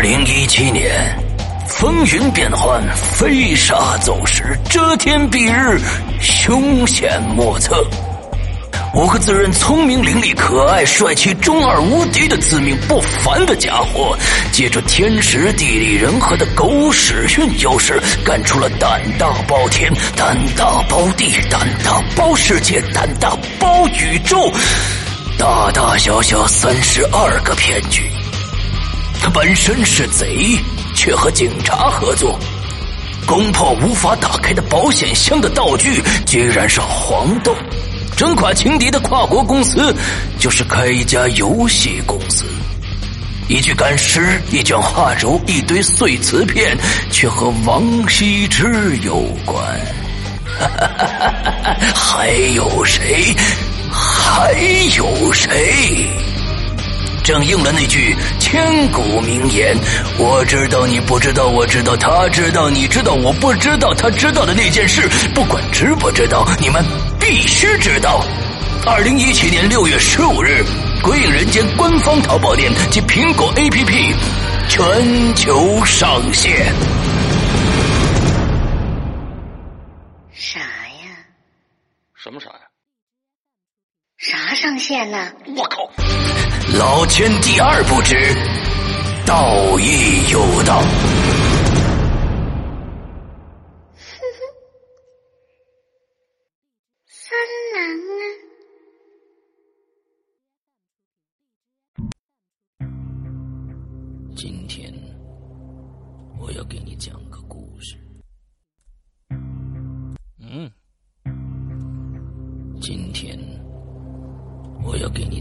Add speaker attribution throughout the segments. Speaker 1: 零一七年，风云变幻，飞沙走石，遮天蔽日，凶险莫测。五个自认聪明伶俐、可爱帅气、中二无敌的自命不凡的家伙，借着天时地利人和的狗屎运优势，干出了胆大包天、胆大包地、胆大包世界、胆大包宇宙，大大小小三十二个骗局。他本身是贼，却和警察合作。攻破无法打开的保险箱的道具，居然是黄豆。整垮情敌的跨国公司，就是开一家游戏公司。一具干尸，一卷画轴，一堆碎瓷片，却和王羲之有关。 还有谁？还有谁？正应了那句千古名言：“我知道你不知道，我知道他知道你知道我不知道他知道的那件事，不管知不知道，你们必须知道。”二零一七年六月十五日，《鬼影人间》官方淘宝店及苹果 APP 全球上线。
Speaker 2: 啥呀？
Speaker 3: 什么啥呀？
Speaker 2: 啥上线了？
Speaker 3: 我靠！
Speaker 1: 老千第二不知，道义有道。
Speaker 2: 三郎啊！
Speaker 1: 今天我要给你讲个故事。
Speaker 3: 嗯，
Speaker 1: 今天我要给你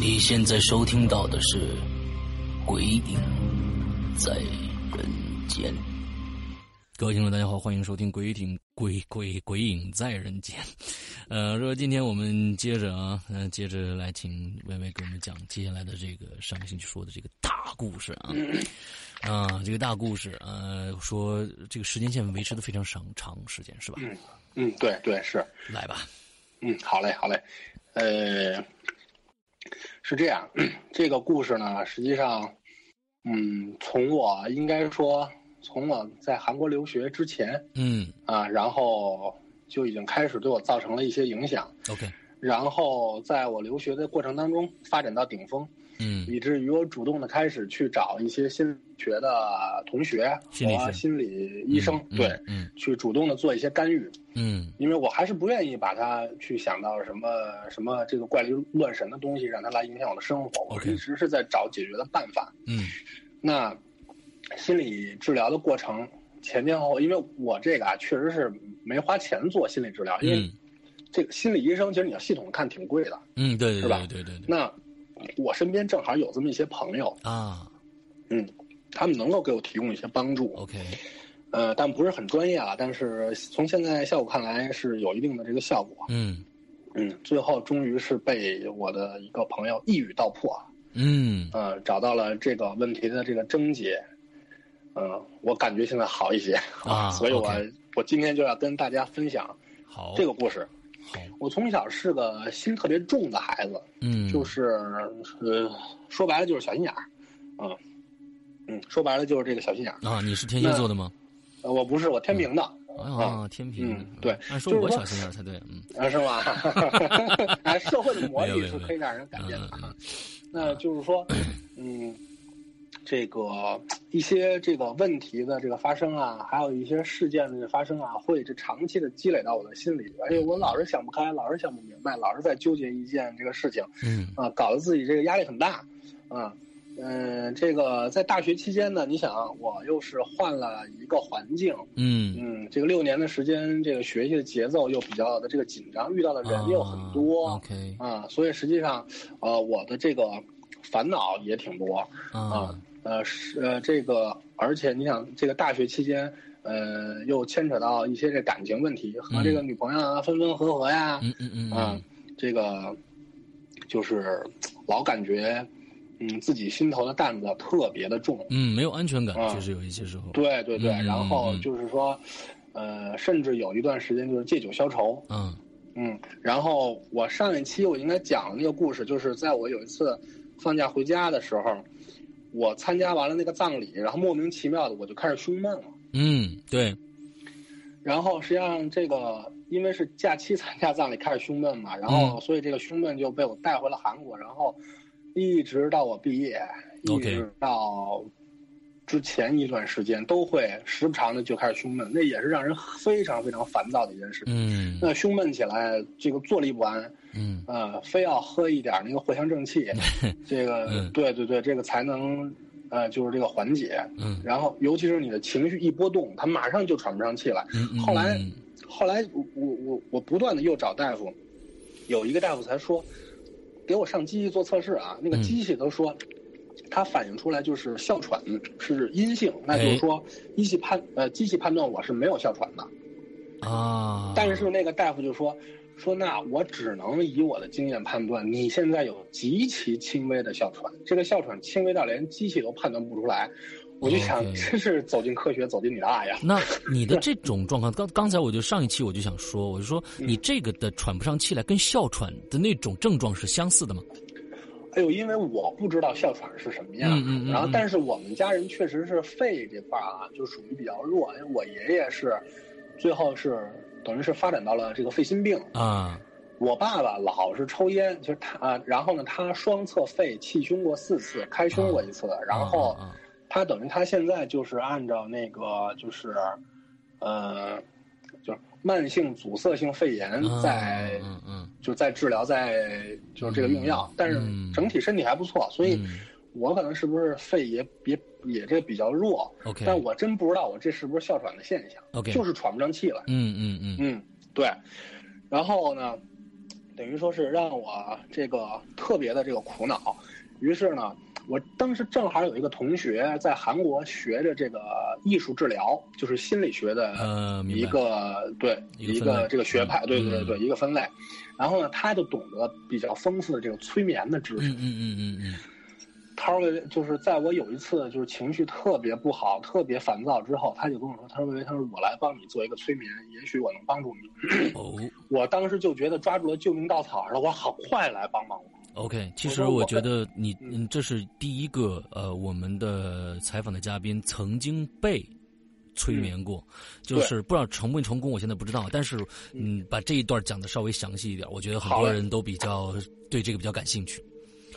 Speaker 1: 你现在收听到的是《鬼影在人间》。
Speaker 3: 各位听众，大家好，欢迎收听《鬼影鬼鬼鬼影在人间》。 呃，说今天我们接着啊，嗯、接着来请薇薇给我们讲接下来的这个上个星期说的这个大故事啊，
Speaker 4: 嗯
Speaker 3: 啊，这个大故事，呃，说这个时间线维持的非常长长时间是吧？
Speaker 4: 嗯，对对是，
Speaker 3: 来吧，
Speaker 4: 嗯，好嘞好嘞，呃，是这样，这个故事呢，实际上，嗯，从我应该说，从我在韩国留学之前
Speaker 3: 嗯
Speaker 4: 啊，然后就已经开始对我造成了一些影响，
Speaker 3: ，OK，
Speaker 4: 然后在我留学的过程当中发展到顶峰，
Speaker 3: 嗯
Speaker 4: 以至于我主动的开始去找一些心理学的同学
Speaker 3: 心理学
Speaker 4: 和心理医生，
Speaker 3: 嗯
Speaker 4: 对，
Speaker 3: 嗯
Speaker 4: 去主动的做一些干预。
Speaker 3: 嗯
Speaker 4: 因为我还是不愿意把它去想到什么什么这个怪力乱神的东西，让它来影响我的生活。我
Speaker 3: OK
Speaker 4: 一直是在找解决的办法。
Speaker 3: 嗯
Speaker 4: 那心理治疗的过程前前后后，因为我这个啊确实是没花钱做心理治疗，因为
Speaker 3: 嗯
Speaker 4: 这个心理医生其实你要系统看挺贵的。
Speaker 3: 嗯，对对
Speaker 4: 是吧
Speaker 3: 对对对对
Speaker 4: 那我身边正好有这么一些朋友，
Speaker 3: 啊
Speaker 4: 嗯，他们能够给我提供一些帮助。
Speaker 3: ，OK，
Speaker 4: 呃，但不是很专业啊，但是从现在效果看来是有一定的这个效果。
Speaker 3: 嗯
Speaker 4: 嗯，最后终于是被我的一个朋友一语道破啊，
Speaker 3: 嗯
Speaker 4: 呃，找到了这个问题的这个症结，嗯、我感觉现在好一些
Speaker 3: 啊
Speaker 4: 所以我
Speaker 3: OK
Speaker 4: 我今天就要跟大家分享
Speaker 3: 好，
Speaker 4: 这个故事。
Speaker 3: 好，
Speaker 4: 我从小是个心特别重的孩子，
Speaker 3: 嗯
Speaker 4: 就是呃，说白了就是小心眼儿，嗯、嗯，说白了就是这个小心眼儿。
Speaker 3: 啊，你是天蝎座的吗？
Speaker 4: 呃，我不是我
Speaker 3: 嗯
Speaker 4: 天平的，
Speaker 3: 啊，天平的，
Speaker 4: 嗯对
Speaker 1: 哎
Speaker 3: 按说我
Speaker 4: 就是说
Speaker 3: 小心眼儿才对，嗯
Speaker 4: 啊，是 吗？啊，社会的磨
Speaker 3: 没有没
Speaker 4: 砺
Speaker 3: 有
Speaker 4: 是可以让人改变的
Speaker 3: 嗯嗯
Speaker 4: 啊。那就是说，嗯，这个一些这个问题的这个发生啊，还有一些事件的发生啊，会这长期的积累到我的心里。哎呦，我老是想不开，老是想不明白，老是在纠结一件这个事情
Speaker 3: 嗯
Speaker 4: 啊，搞得自己这个压力很大啊。嗯，这个在大学期间呢，你想啊我又是换了一个环境，
Speaker 1: 嗯
Speaker 4: 嗯，这个六年的时间，这个学习的节奏又比较的这个紧张，遇到的嗯人又很多
Speaker 1: 啊 OK
Speaker 4: 啊所以实际上，呃，我的这个烦恼也挺多啊
Speaker 1: 啊，
Speaker 4: 呃是呃这个，而且你想，这个大学期间，呃，又牵扯到一些这感情问题，和这个女朋友啊分分合合呀，
Speaker 1: 嗯嗯嗯
Speaker 4: 啊
Speaker 1: 嗯，
Speaker 4: 这个就是老感觉，嗯，自己心头的担子特别的重，
Speaker 1: 嗯，没有安全感，
Speaker 4: 啊
Speaker 1: 确实有一些时候
Speaker 4: 对对对，
Speaker 1: 嗯
Speaker 4: 然后
Speaker 1: 嗯
Speaker 4: 就是说，呃，甚至有一段时间就是借酒消愁，
Speaker 1: 啊
Speaker 4: 嗯，然后我上一期我应该讲了那个故事，就是在我有一次放假回家的时候，我参加完了那个葬礼，然后莫名其妙的我就开始胸闷了，
Speaker 1: 嗯对
Speaker 4: 然后实际上这个因为是假期参加葬礼开始胸闷嘛，然
Speaker 1: 嗯
Speaker 4: 后所以这个胸闷就被我带回了韩国，然后一直到我毕业，一
Speaker 1: OK
Speaker 4: 直到之前一段时间都会时不常的就开始胸闷，那也是让人非常非常烦躁的一件事。
Speaker 1: 嗯
Speaker 4: 那胸闷起来，这个坐立不安，
Speaker 1: 嗯
Speaker 4: 呃，非要喝一点那个藿香 正气，这个、
Speaker 1: 嗯
Speaker 4: 对对对，这个才能呃就是这个缓解。
Speaker 1: 嗯
Speaker 4: 然后尤其是你的情绪一波动，他马上就喘不上气来。
Speaker 1: 嗯嗯
Speaker 4: 后来
Speaker 1: 嗯
Speaker 4: 后来我我我我不断的又找大夫，有一个大夫才说，给我上机器做测试啊，那个
Speaker 1: 嗯
Speaker 4: 机器都说，它反映出来就是哮喘是阴性，那
Speaker 1: 哎
Speaker 4: 就是说机器判呃机器判断我是没有哮喘的，
Speaker 1: 啊，
Speaker 4: 但是那个大夫就说。说那我只能以我的经验判断，你现在有极其轻微的哮喘，这个哮喘轻微到连机器都判断不出来，我就想
Speaker 1: OK
Speaker 4: 真是走进科学，走进你的爱呀！
Speaker 1: 那你的这种状况，刚刚才我就上一期我就想说，我就说
Speaker 4: 嗯
Speaker 1: 你这个的喘不上气来，跟哮喘的那种症状是相似的吗？
Speaker 4: 哎呦，因为我不知道哮喘是什么样的，
Speaker 1: 嗯嗯嗯
Speaker 4: 然后
Speaker 1: 嗯
Speaker 4: 但是我们家人确实是肺这块儿啊，就属于比较弱，因为我爷爷是最后是等于是发展到了这个肺心病，
Speaker 1: 啊，
Speaker 4: 我爸爸老是抽烟，就是他啊，然后呢，他双侧肺气胸过四次，开胸过一次，然后
Speaker 1: 啊啊
Speaker 4: 他等于他现在就是按照那个就是，呃，就是慢性阻塞性肺炎
Speaker 1: 啊
Speaker 4: 在、
Speaker 1: 嗯嗯
Speaker 4: 就在治疗，在就是这个用药，但是
Speaker 1: 嗯
Speaker 4: 整体身体还不错，所以
Speaker 1: 嗯
Speaker 4: 我可能是不是肺也也也这比较弱，
Speaker 1: ，OK，
Speaker 4: 但我真不知道我这是不是哮喘的现象
Speaker 1: OK
Speaker 4: 就是喘不上气来。
Speaker 1: 嗯嗯嗯
Speaker 4: 嗯，对。然后呢，等于说是让我这个特别的这个苦恼。于是呢，我当时正好有一个同学在韩国学着这个艺术治疗，就是心理学的
Speaker 1: 呃，明白
Speaker 4: 一个对
Speaker 1: 一个
Speaker 4: 一
Speaker 1: 分类
Speaker 4: 个这个学派，对对对对
Speaker 1: 嗯
Speaker 4: 一个分类。然后呢，他就懂得比较丰富的这个催眠的知识。
Speaker 1: 嗯嗯嗯嗯嗯
Speaker 4: 他说，就是在我有一次就是情绪特别不好、特别烦躁之后，他就跟我说，他说：“他说我来帮你做一个催眠，也许我能帮助你。
Speaker 1: 嗯，哦。”
Speaker 4: 我当时就觉得抓住了救命稻草，然后我好快来帮帮我。
Speaker 1: OK，其
Speaker 4: 我
Speaker 1: 实
Speaker 4: 说
Speaker 1: 我
Speaker 4: 我
Speaker 1: 觉得你，
Speaker 4: 嗯
Speaker 1: 嗯，这是第一个，呃，我们的采访的嘉宾曾经被催
Speaker 4: 嗯
Speaker 1: 眠过，就是不知道成不成功，我现在不知道，但是，嗯，把这一段讲的稍微详细一点，我觉得很
Speaker 4: 好
Speaker 1: 多
Speaker 4: 嘞
Speaker 1: 人都比较对这个比较感兴趣。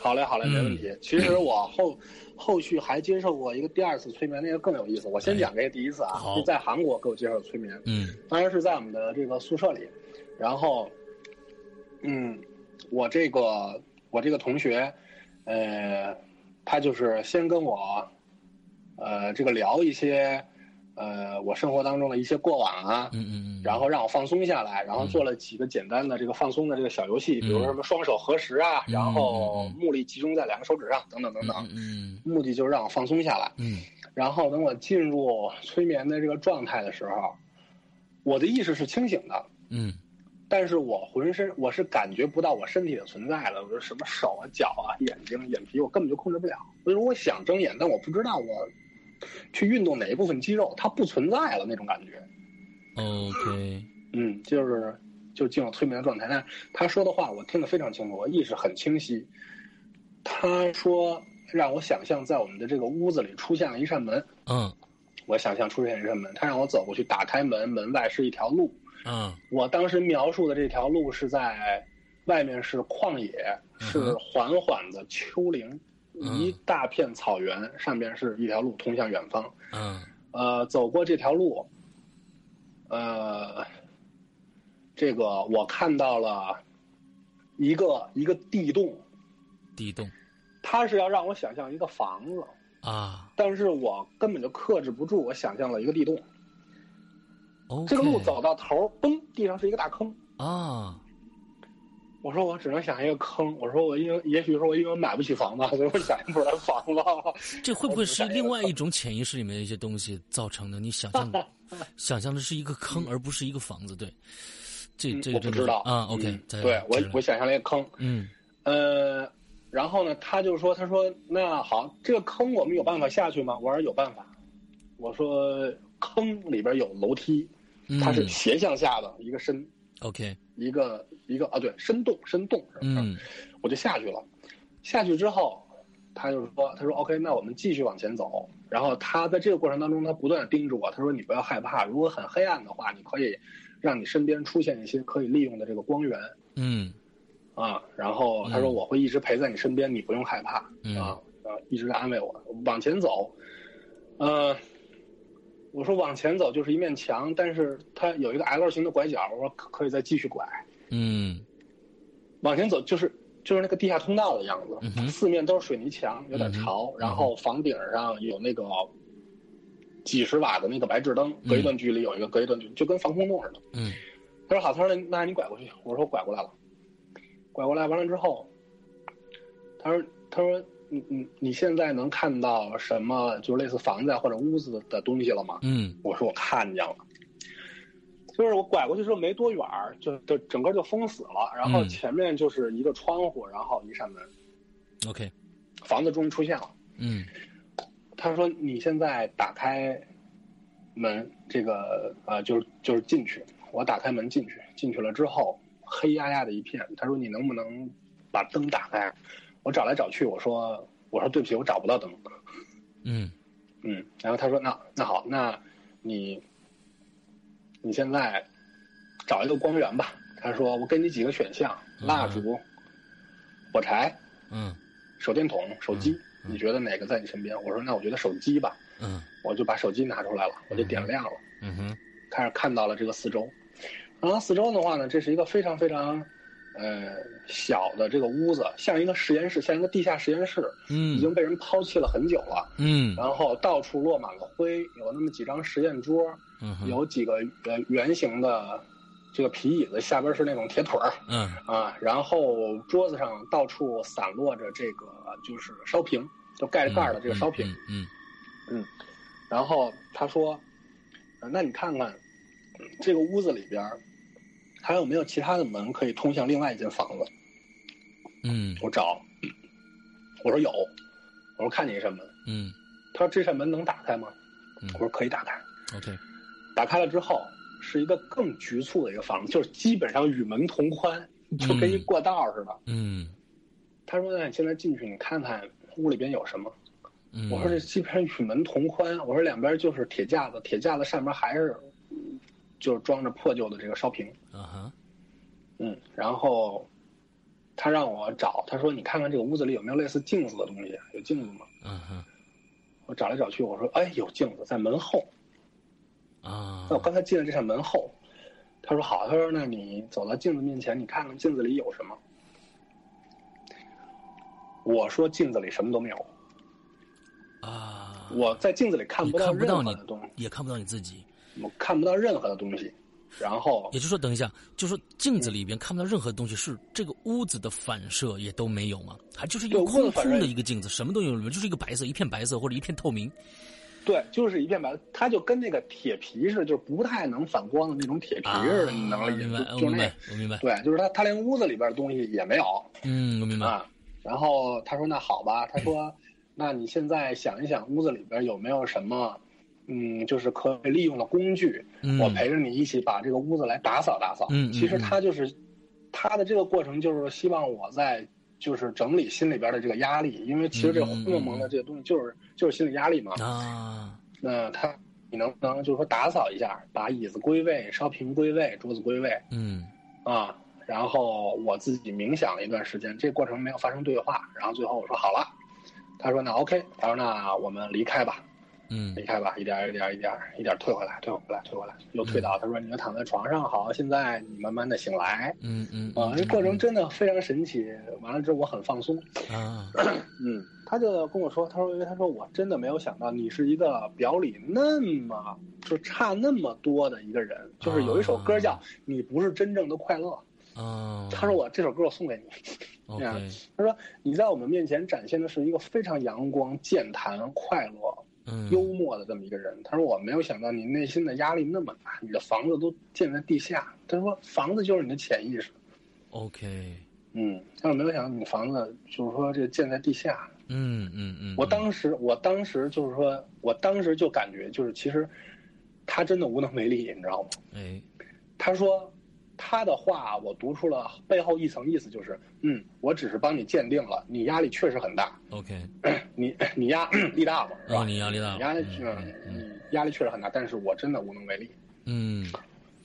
Speaker 4: 好嘞，好嘞，没问题。其实我后后续还接受过一个第二次催眠，那个更有意思。我先讲这个第一次啊，
Speaker 1: 好
Speaker 4: 就在韩国给我接受的催眠。
Speaker 1: 嗯
Speaker 4: 当然是在我们的这个宿舍里，然后，嗯，我这个我这个同学，呃，他就是先跟我，呃，这个聊一些，呃，我生活当中的一些过往啊，
Speaker 1: 嗯嗯嗯，
Speaker 4: 然后让我放松下来，
Speaker 1: 嗯
Speaker 4: 然后做了几个简单的这个放松的这个小游戏，比如说什么双手合十啊，
Speaker 1: 嗯
Speaker 4: 然后
Speaker 1: 嗯嗯
Speaker 4: 目力集中在两个手指上，等等等等，
Speaker 1: 嗯
Speaker 4: 目的就是让我放松下来。
Speaker 1: 嗯
Speaker 4: 然后等我进入催眠的这个状态的时候，我的意识是清醒的，
Speaker 1: 嗯嗯
Speaker 4: 但是我浑身我是感觉不到我身体的存在的，我说什么手啊、脚啊、眼睛、眼皮，我根本就控制不了。所以说我想睁眼，但我不知道我去运动哪一部分肌肉，它不存在了那种感觉。
Speaker 1: ，OK，
Speaker 4: 嗯，就是就进入催眠的状态。但是他说的话我听得非常清楚，我意识很清晰。他说让我想象在我们的这个屋子里出现了一扇门。
Speaker 1: 嗯
Speaker 4: 我想象出现一扇门，他让我走过去，打开门，门外是一条路。
Speaker 1: 嗯
Speaker 4: 我当时描述的这条路是在外面是旷野，
Speaker 1: 嗯
Speaker 4: 是缓缓的丘陵，
Speaker 1: 嗯
Speaker 4: 一大片草原，上边是一条路通向远方。
Speaker 1: 嗯
Speaker 4: 呃，走过这条路，呃，这个我看到了一个一个地洞，
Speaker 1: 地洞，
Speaker 4: 他是要让我想象一个房子，
Speaker 1: 啊，
Speaker 4: 但是我根本就克制不住，我想象了一个地洞。
Speaker 1: o
Speaker 4: 这个路走到头儿，嘣，地上是一个大坑。
Speaker 1: 啊，
Speaker 4: 我说我只能想一个坑。我说我因为也许说我因为买不起房子， 所以我想象不出来房子。
Speaker 1: 这会不会是另外一种潜意识里面的一些东西造成的？你想象 的，想象的是一个坑，而不是一个房子，对。这这
Speaker 4: 我
Speaker 1: 个
Speaker 4: 不
Speaker 1: 真
Speaker 4: 知
Speaker 1: 的
Speaker 4: 道
Speaker 1: 啊
Speaker 4: 嗯
Speaker 1: ，OK，再
Speaker 4: 对
Speaker 1: 来
Speaker 4: 我
Speaker 1: 接着
Speaker 4: 我想象了一个坑，
Speaker 1: 嗯
Speaker 4: 呃，然后呢，他就说他说那好，这个坑我们有办法下去吗？我说有办法。我说坑里边有楼梯，
Speaker 1: 嗯，
Speaker 4: 它是斜向下的一个深
Speaker 1: OK，
Speaker 4: 一个一个啊，对，深洞深洞是吧？
Speaker 1: 嗯
Speaker 4: 我就下去了。下去之后，他就说：“他说 OK，那我们继续往前走。”然后他在这个过程当中，他不断的叮嘱我，他说：“你不要害怕，如果很黑暗的话，你可以让你身边出现一些可以利用的这个光源
Speaker 1: 嗯
Speaker 4: 啊。”然后他说：“
Speaker 1: 嗯
Speaker 4: 我会一直陪在你身边，你不用害怕
Speaker 1: 嗯
Speaker 4: 啊啊！”一直在安慰我，往前走。呃，我说往前走就是一面墙，但是它有一个 L 型的拐角，我说可可以再继续拐。
Speaker 1: 嗯
Speaker 4: 往前走就是就是那个地下通道的样子，
Speaker 1: 嗯哼嗯
Speaker 4: 四面都是水泥墙，有点潮，然后房顶上有那个几十瓦的那个白炽灯，隔一段距离有一个，隔一段距离就跟防空洞似的。
Speaker 1: 嗯
Speaker 4: 他说好，他说那那你拐过去，我说我拐过来了，拐过来完了之后，他说他说你你你现在能看到什么就是类似房子啊或者屋子的东西了吗？
Speaker 1: 嗯
Speaker 4: 我说我看见了，就是我拐过去之后没多远儿，就就整个就封死了，然后
Speaker 1: 嗯
Speaker 4: 前面就是一个窗户，然后一扇门，
Speaker 1: ，OK，
Speaker 4: 房子终于出现了。
Speaker 1: 嗯
Speaker 4: 他说你现在打开门，这个呃就是就是进去，我打开门进去，进去了之后黑压压的一片，他说你能不能把灯打开？啊我找来找去，我说我说对不起，我找不到灯。
Speaker 1: 嗯
Speaker 4: 嗯，然后他说那那好，那你你现在找一个光源吧。他说我给你几个选项：
Speaker 1: 嗯
Speaker 4: 蜡烛、火柴、
Speaker 1: 嗯
Speaker 4: 手电筒、手机。
Speaker 1: 嗯
Speaker 4: 你觉得哪个在你身边？我说那我觉得手机吧，
Speaker 1: 嗯
Speaker 4: 我就把手机拿出来了，我就点亮了，
Speaker 1: 嗯哼
Speaker 4: 开始看到了这个四周。然后四周的话呢，这是一个非常非常。呃，小的这个屋子像一个实验室，像一个地下实验室，已经
Speaker 1: 嗯
Speaker 4: 被人抛弃了很久了。
Speaker 1: 嗯
Speaker 4: 然后到处落满了灰，有那么几张实验桌，
Speaker 1: 嗯哼
Speaker 4: 有几个呃圆形的这个皮椅子，下边是那种铁腿儿
Speaker 1: 嗯
Speaker 4: 啊，然后桌子上到处散落着这个就是烧瓶，就盖着盖儿的这个烧瓶。
Speaker 1: 嗯
Speaker 4: 然后他说、呃那你看看嗯这个屋子里边儿还有没有其他的门可以通向另外一间房子？
Speaker 1: 嗯
Speaker 4: 我找，我说有，我说看见一扇门，
Speaker 1: 嗯
Speaker 4: 他说这扇门能打开吗？
Speaker 1: 嗯
Speaker 4: 我说可以打开。
Speaker 1: ，OK，
Speaker 4: 打开了之后，是一个更局促的一个房子，就是基本上与门同宽，就跟一过道似的。
Speaker 1: 嗯
Speaker 4: 他说：“那你现在进去，你看看屋里边有什么？”
Speaker 1: 嗯，
Speaker 4: 我说：“这基本上与门同宽。”啊我说：“两边就是铁架子，铁架子上面还是嗯就是装着破旧的这个烧瓶。
Speaker 1: 啊哈，”
Speaker 4: 嗯，然后他让我找，他说：“你看看这个屋子里有没有类似镜子的东西？有镜子吗
Speaker 1: 嗯哼？”
Speaker 4: 我找来找去，我说：“哎，有镜子，在门后。”
Speaker 1: 啊
Speaker 4: 那我刚才进了这扇门后，他说好，他说那你走到镜子面前，你看看镜子里有什么。我说镜子里什么都没有，
Speaker 1: 啊，
Speaker 4: 我在镜子里看
Speaker 1: 你
Speaker 4: 不
Speaker 1: 看不
Speaker 4: 任
Speaker 1: 到
Speaker 4: 何
Speaker 1: 你
Speaker 4: 的东西，，
Speaker 1: 也看不到你自己，
Speaker 4: 我看不到任何的东西。然后
Speaker 1: 也就是说，等一下，就是说镜子里边看不到任何东西，是这个屋子的反射也都没有吗？还就是一个
Speaker 4: 对屋子
Speaker 1: 空
Speaker 4: 反
Speaker 1: 空
Speaker 4: 射
Speaker 1: 的一个镜子，什么都有，里面就是一个白色，一片白色或者一片透明
Speaker 4: 对，就是一片白，它就跟那个铁皮似的，就是不太能反光的那种铁皮
Speaker 1: 啊。
Speaker 4: 似的，你能理解
Speaker 1: 明白，我
Speaker 4: 就就
Speaker 1: 明
Speaker 4: 那
Speaker 1: 白，我明白，
Speaker 4: 对，就是他他连屋子里边的东西也没有
Speaker 1: 嗯，我明白，
Speaker 4: 啊。然后他说那好吧，他 说那你现在想一想屋子里边有没有什么嗯，就是可以利用的工具，
Speaker 1: 嗯，
Speaker 4: 我陪着你一起把这个屋子来打扫打扫。
Speaker 1: 嗯嗯
Speaker 4: 其实他就是他的这个过程，就是希望我在就是整理心里边的这个压力，因为其实这
Speaker 1: 嗯嗯嗯
Speaker 4: 灰蒙蒙的这些东西就是就是心理压力嘛。
Speaker 1: 啊，
Speaker 4: 那他你能不能就是说打扫一下，把椅子归位、烧瓶归位、桌子归位
Speaker 1: 嗯
Speaker 4: 啊？然后我自己冥想了一段时间，这过程没有发生对话。然后最后我说好了，他说那 OK，他说那我们离开吧。
Speaker 1: 嗯
Speaker 4: 你看吧，一点儿一点儿一点儿一点儿退回来，退回来，退回来，又退到他说你就躺在床上好，现在你慢慢的醒来
Speaker 1: 嗯嗯
Speaker 4: 啊，这过程真的非常神奇。完了之后我很放松，
Speaker 1: 啊，
Speaker 4: 嗯，他就跟我说，他说因为他说我真的没有想到你是一个表里那么就差那么多的一个人，就是有一首歌叫
Speaker 1: 啊
Speaker 4: 《你不是真正的快乐》，
Speaker 1: 哦，
Speaker 4: 他说我这首歌我送给你，
Speaker 1: OK，
Speaker 4: 他说你在我们面前展现的是一个非常阳光、健谈、快乐。
Speaker 1: 嗯，
Speaker 4: 幽默的这么一个人。他说：“我没有想到你内心的压力那么大，你的房子都建在地下。”他说：“房子就是你的潜意识。
Speaker 1: OK，”
Speaker 4: 嗯，他说：“没有想到你房子就是说这建在地下。
Speaker 1: 嗯嗯嗯，”
Speaker 4: 我当时，我当时就是说，我当时就感觉就是其实他真的无能为力，你知道吗？
Speaker 1: 哎，
Speaker 4: 他说。他的话我读出了背后一层意思，就是，嗯，我只是帮你鉴定了，你压力确实很大，
Speaker 1: OK，
Speaker 4: 你你压力大嘛，是
Speaker 1: 然后
Speaker 4: 吧？
Speaker 1: 哦你压力大了，
Speaker 4: 压力
Speaker 1: 嗯
Speaker 4: 嗯，你压力确实很大，但是我真的无能为力。
Speaker 1: 嗯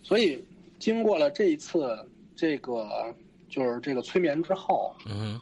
Speaker 4: 所以经过了这一次这个就是这个催眠之后，
Speaker 1: 嗯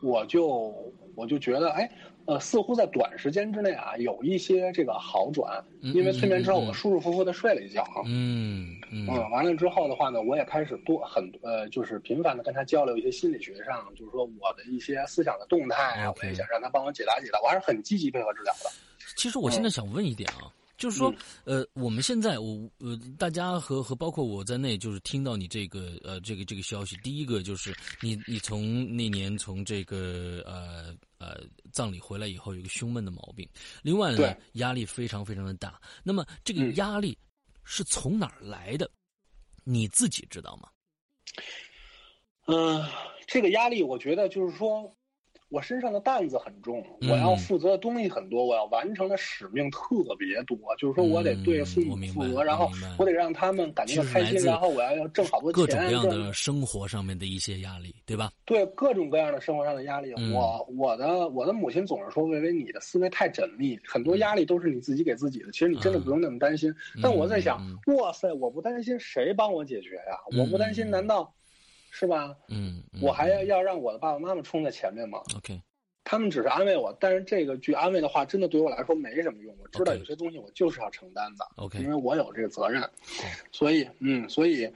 Speaker 4: 我就我就觉得，哎，呃，似乎在短时间之内啊有一些这个好转，
Speaker 1: 嗯
Speaker 4: 因为催眠之后
Speaker 1: 嗯嗯嗯
Speaker 4: 我舒舒服服的睡了一觉。
Speaker 1: 嗯嗯
Speaker 4: 嗯，完了之后的话呢，我也开始多很呃，就是频繁的跟他交流一些心理学上，就是说我的一些思想的动态啊，
Speaker 1: OK
Speaker 4: 我也想让他帮我解答解答，我还是很积极配合治疗的。
Speaker 1: 其实我
Speaker 4: 嗯
Speaker 1: 现在想问一点啊，就是说，呃，我们现在我呃，大家和和包括我在内，就是听到你这个呃这个这个消息，第一个就是你你从那年从这个呃呃葬礼回来以后，有个胸闷的毛病，另外呢
Speaker 4: 对
Speaker 1: 压力非常非常的大，那么这个
Speaker 4: 嗯
Speaker 1: 压力是从哪儿来的？你自己知道吗？
Speaker 4: 嗯，这个压力，我觉得就是说，我身上的担子很重，
Speaker 1: 嗯
Speaker 4: 我要负责的东西很多，我要完成的使命特别多，就是说我得对父
Speaker 1: 嗯我
Speaker 4: 母
Speaker 1: 明白
Speaker 4: 负责，然后
Speaker 1: 我明白
Speaker 4: 我得让他们感觉
Speaker 1: 其
Speaker 4: 到
Speaker 1: 实
Speaker 4: 开
Speaker 1: 来
Speaker 4: 心，
Speaker 1: 自
Speaker 4: 然后我要要挣好多
Speaker 1: 各种各
Speaker 4: 钱，啊
Speaker 1: 样
Speaker 4: 挣
Speaker 1: 的生活上面的一些压力，对吧？
Speaker 4: 对各种各样的生活上的压力。
Speaker 1: 嗯
Speaker 4: 我我的我的母亲总是说，薇薇，你的思维太缜密，很多压力都是你自己给自己的，其实你真的
Speaker 1: 嗯
Speaker 4: 不用那么担心。但我在想
Speaker 1: 嗯，
Speaker 4: 哇塞，我不担心，谁帮我解决呀、
Speaker 1: 嗯
Speaker 4: 我不担心，难道是吧？
Speaker 1: 嗯，嗯
Speaker 4: 我还要要让我的爸爸妈妈冲在前面吗？
Speaker 1: OK，
Speaker 4: 他们只是安慰我，但是这个句安慰的话，真的对我来说没什么用。我知道
Speaker 1: OK
Speaker 4: 有些东西我就是要承担的
Speaker 1: OK
Speaker 4: 因为我有这个责任，所以，嗯，所以，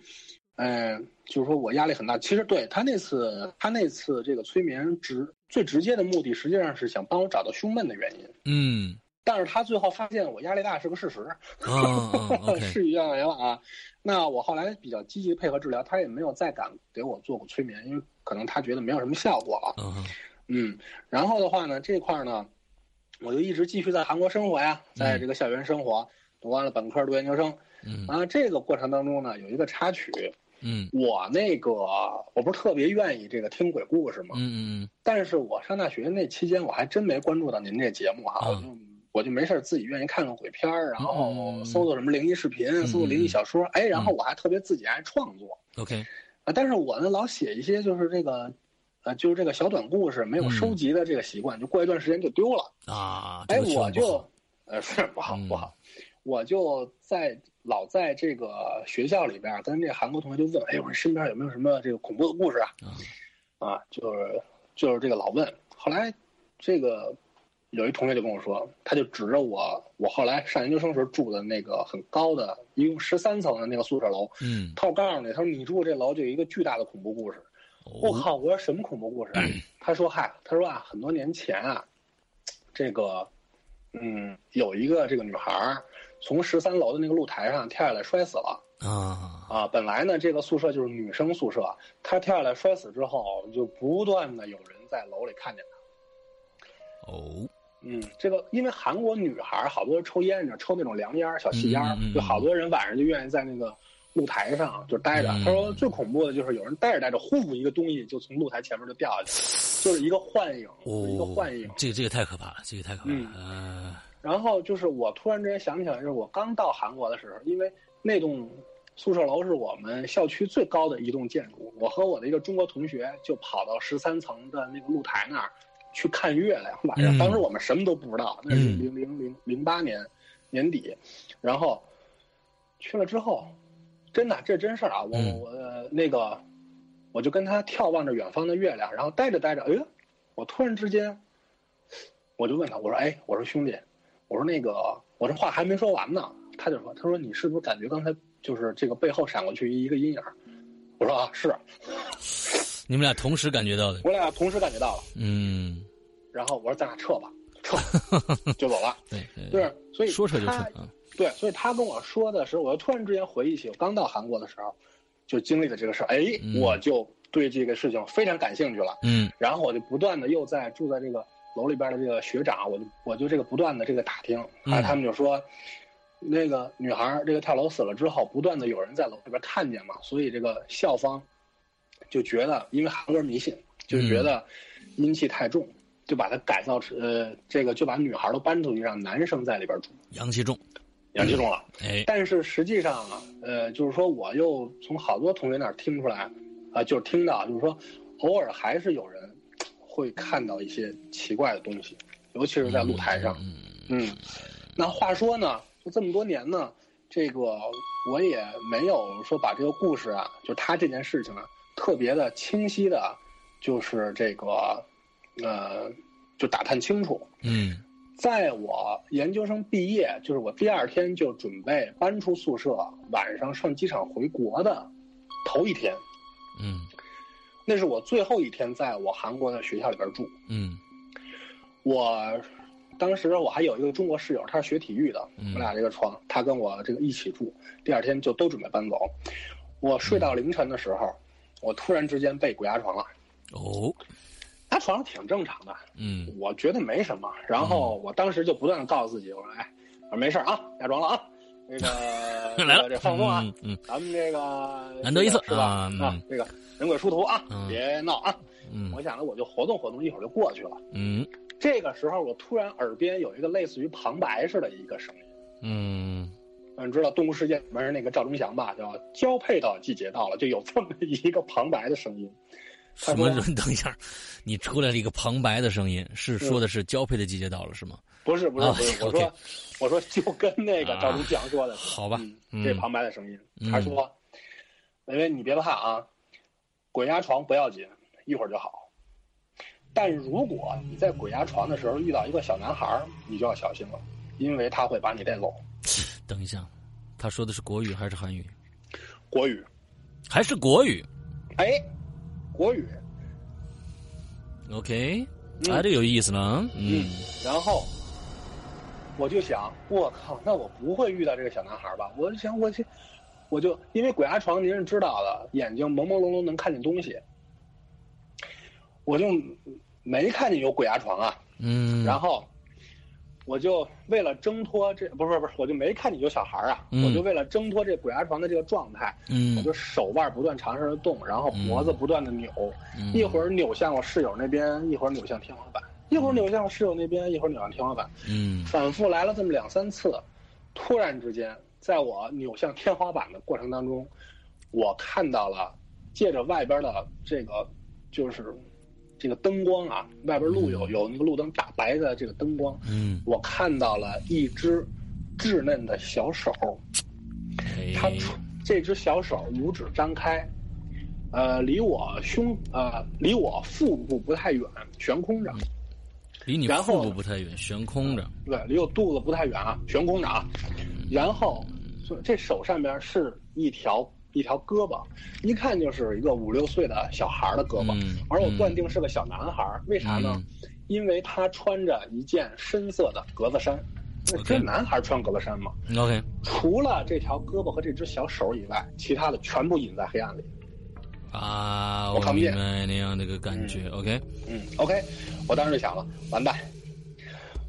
Speaker 4: 嗯、就是说我压力很大。其实对他那次，他那次这个催眠直最直接的目的，实际上是想帮我找到胸闷的原因。
Speaker 1: 嗯
Speaker 4: 但是他最后发现我压力大是个事实，
Speaker 1: 啊啊，OK，
Speaker 4: 事与愿违了啊。那我后来比较积极配合治疗，他也没有再敢给我做过催眠，因为可能他觉得没有什么效果了。
Speaker 1: 嗯哼
Speaker 4: 嗯，然后的话呢，这块儿呢，我就一直继续在韩国生活呀，在这个校园生活，读完了本科，读研究生。
Speaker 1: 嗯
Speaker 4: 啊，这个过程当中呢，有一个插曲，
Speaker 1: 嗯
Speaker 4: 我那个我不是特别愿意这个听鬼故事嘛，
Speaker 1: 嗯嗯
Speaker 4: 但是我上大学那期间，我还真没关注到您这节目
Speaker 1: 嗯
Speaker 4: 哈，我就我就没事儿自己愿意看看鬼片儿，
Speaker 1: 嗯
Speaker 4: 然
Speaker 1: 嗯
Speaker 4: 后
Speaker 1: 嗯
Speaker 4: 搜索什么灵异视频，搜索灵异小说，哎，然后我还特别自己爱创作。
Speaker 1: ，OK，
Speaker 4: 啊，但是我呢老写一些就是这个，呃，就是这个小短故事，没有收
Speaker 1: 嗯
Speaker 4: 集的这个习惯，就过一段时间就丢了。
Speaker 1: 啊，
Speaker 4: 哎，
Speaker 1: 这个习
Speaker 4: 我
Speaker 1: 惯不
Speaker 4: 就
Speaker 1: 好，
Speaker 4: 呃，是不好不
Speaker 1: 嗯
Speaker 4: 好，我就在老在这个学校里边儿跟这韩国同学就问，哎，我说身边有没有什么这个恐怖的故事啊？
Speaker 1: 啊
Speaker 4: 啊，就是就是这个老问。后来这个有一同学就跟我说，他就指着我，我后来上研究生时候住的那个很高的，一共十三层的那个宿舍楼，
Speaker 1: 嗯，
Speaker 4: 他我告诉你，他说你住这楼就有一个巨大的恐怖故事。
Speaker 1: 嗯
Speaker 4: 我、靠！我说什么恐怖故事啊？他说嗨，他说啊，很多年前啊，这个，嗯，有一个这个女孩儿从十三楼的那个露台上跳下来摔死了
Speaker 1: 啊，
Speaker 4: 啊。本来呢，这个宿舍就是女生宿舍，她跳下来摔死之后，就不断的有人在楼里看见她。
Speaker 1: 哦，
Speaker 4: 嗯，这个因为韩国女孩儿好多人抽烟，你知道抽那种凉烟儿、小细烟儿
Speaker 1: 嗯嗯嗯嗯，
Speaker 4: 有好多人晚上就愿意在那个露台上就待着。
Speaker 1: 嗯
Speaker 4: 他说最恐怖的就是有人待着待着，呼一个东西就从露台前面就掉下去，就是一个幻影，就是一个
Speaker 1: 哦
Speaker 4: 幻影。，
Speaker 1: 这个这个太可怕了，这个太可怕了，嗯
Speaker 4: 然后就是我突然之间想起来，就是我刚到韩国的时候，因为那栋宿舍楼是我们校区最高的一栋建筑，我和我的一个中国同学就跑到十三层的那个露台那儿去看月亮。晚上，
Speaker 1: 嗯
Speaker 4: 当时我们什么都不知道，那是
Speaker 1: 嗯
Speaker 4: 零零零零八年年底，然后去了之后，真的这真事儿啊，我
Speaker 1: 嗯
Speaker 4: 我呃那个我就跟他眺望着远方的月亮，然后待着待着，哎呦，我突然之间我就问他，我说哎，我说兄弟，我说那个，我这话还没说完呢，他就说，他说你是不是感觉刚才就是这个背后闪过去一个阴影儿？我说啊，是
Speaker 1: 你们俩同时感觉到的，
Speaker 4: 我俩同时感觉到了。
Speaker 1: 嗯，
Speaker 4: 然后我说咱俩撤吧， 撤就走了。
Speaker 1: 对，对
Speaker 4: 就是，所以
Speaker 1: 说撤就撤
Speaker 4: 他
Speaker 1: 啊，
Speaker 4: 对，所以他跟我说的时候，我又突然之间回忆起我刚到韩国的时候，就经历了这个事儿，哎，
Speaker 1: 嗯
Speaker 4: 我就对这个事情非常感兴趣了。
Speaker 1: 嗯
Speaker 4: 然后我就不断的又在住在这个楼里边的这个学长，我就我就这个不断的这个打听，
Speaker 1: 嗯
Speaker 4: 啊，他们就说，那个女孩儿这个跳楼死了之后，不断的有人在楼里边看见嘛，所以这个校方就觉得，因为韩国人迷信，就是
Speaker 1: 嗯
Speaker 4: 觉得阴气太重，就把它改造成呃这个就把女孩儿都搬出去，让男生在里边住，
Speaker 1: 阳气重，
Speaker 4: 养气重了。
Speaker 1: 哎，
Speaker 4: 但是实际上啊，呃，就是说，我又从好多同学那儿听出来，啊、就是听到，就是说，偶尔还是有人会看到一些奇怪的东西，尤其是在露台上。
Speaker 1: 嗯
Speaker 4: 嗯，那话说呢，就这么多年呢，这个我也没有说把这个故事啊，就他这件事情啊，特别的清晰的，就是这个，呃，就打探清楚。
Speaker 1: 嗯
Speaker 4: 在我研究生毕业，就是我第二天就准备搬出宿舍，晚上上机场回国的头一天，
Speaker 1: 嗯
Speaker 4: 那是我最后一天在我韩国的学校里边住。
Speaker 1: 嗯
Speaker 4: 我当时我还有一个中国室友，他是学体育的，
Speaker 1: 嗯
Speaker 4: 我俩这个床，他跟我这个一起住。第二天就都准备搬走，我睡到凌晨的时候，我突然之间被鬼压床了。
Speaker 1: 哦，
Speaker 4: 他床上挺正常的，
Speaker 1: 嗯
Speaker 4: 我觉得没什么。然后我当时就不断的告诉自己，我说：“哎，我说没事儿啊，假装了啊，这个
Speaker 1: 来
Speaker 4: 这
Speaker 1: 了，
Speaker 4: 个这放松啊，
Speaker 1: 嗯嗯
Speaker 4: 咱们这个
Speaker 1: 难得一次
Speaker 4: 是吧？
Speaker 1: 啊嗯
Speaker 4: 啊，这个人鬼殊途啊，
Speaker 1: 嗯
Speaker 4: 别闹啊！
Speaker 1: 嗯
Speaker 4: 我想着我就活动活动，一会儿就过去了。
Speaker 1: 嗯
Speaker 4: 这个时候，我突然耳边有一个类似于旁白似的一个声音。
Speaker 1: 嗯
Speaker 4: 嗯，知道《动物世界》里面那个赵忠祥吧，叫“交配到季节到了”，就有这么一个旁白的声音。
Speaker 1: 什么人？ 等一下，你出来了一个旁白的声音，是说
Speaker 4: 嗯
Speaker 1: 的是交配的季节到了是吗？
Speaker 4: 不是不是
Speaker 1: 啊
Speaker 4: 不是，我
Speaker 1: OK 啊
Speaker 4: 说我说就跟那个赵忠祥说的似的，
Speaker 1: 好吧，
Speaker 4: 嗯这
Speaker 1: 嗯
Speaker 4: 旁白的声音，
Speaker 1: 嗯
Speaker 4: 他说：“薇薇，你别怕啊，鬼压床不要紧，一会儿就好。但如果你在鬼压床的时候遇到一个小男孩儿，你就要小心了，因为他会把你带走。
Speaker 1: 等一下，他说的是国语还是韩语？”
Speaker 4: 国语，
Speaker 1: 还是国语
Speaker 4: 哎，国语，
Speaker 1: ？OK，
Speaker 4: 嗯
Speaker 1: 哎，这有意思了啊，嗯
Speaker 4: 然后我就想，我靠，那我不会遇到这个小男孩吧？我就想，我去，我就因为鬼压床，您是知道的，眼睛朦朦胧胧能看见东西，我就没看见有鬼压床啊。
Speaker 1: 嗯，
Speaker 4: 然后我就为了挣脱这，不是不是，我就没看见有小孩啊，
Speaker 1: 嗯
Speaker 4: 我就为了挣脱这鬼压床的这个状态，我
Speaker 1: 嗯
Speaker 4: 就手腕不断尝试着动，然后脖子不断的扭，
Speaker 1: 嗯
Speaker 4: 一会儿扭向我室友那边，一会儿扭向天花板，一会儿扭向我室友那边，一会儿扭向天花板，
Speaker 1: 嗯
Speaker 4: 反复来了这么两三次，突然之间，在我扭向天花板的过程当中，我看到了借着外边的这个就是这个灯光啊，外边路有有那个路灯打白的这个灯光，
Speaker 1: 嗯，
Speaker 4: 我看到了一只稚嫩的小手，
Speaker 1: 哎
Speaker 4: 它出这只小手五指张开，呃，离我胸呃离我腹部不太远，悬空着。
Speaker 1: 离你
Speaker 4: 然
Speaker 1: 腹
Speaker 4: 后
Speaker 1: 部不太远，悬空着，
Speaker 4: 对，离我肚子不太远啊，悬空着啊。
Speaker 1: 嗯
Speaker 4: 然后所以这手上面是一条一条胳膊，一看就是一个五六岁的小孩的胳膊，
Speaker 1: 嗯
Speaker 4: 而我断定是个小男孩，为啥呢？因为他穿着一件深色的格子衫。那
Speaker 1: OK
Speaker 4: 这男孩穿格子衫吗？
Speaker 1: 嗯 OK，
Speaker 4: 除了这条胳膊和这只小手以外，其他的全部隐在黑暗里。
Speaker 1: 啊，
Speaker 4: 我
Speaker 1: 我
Speaker 4: 看不
Speaker 1: 明
Speaker 4: 见
Speaker 1: 白那样的个感觉，OK，
Speaker 4: 嗯，OK，我当时就想了，完蛋，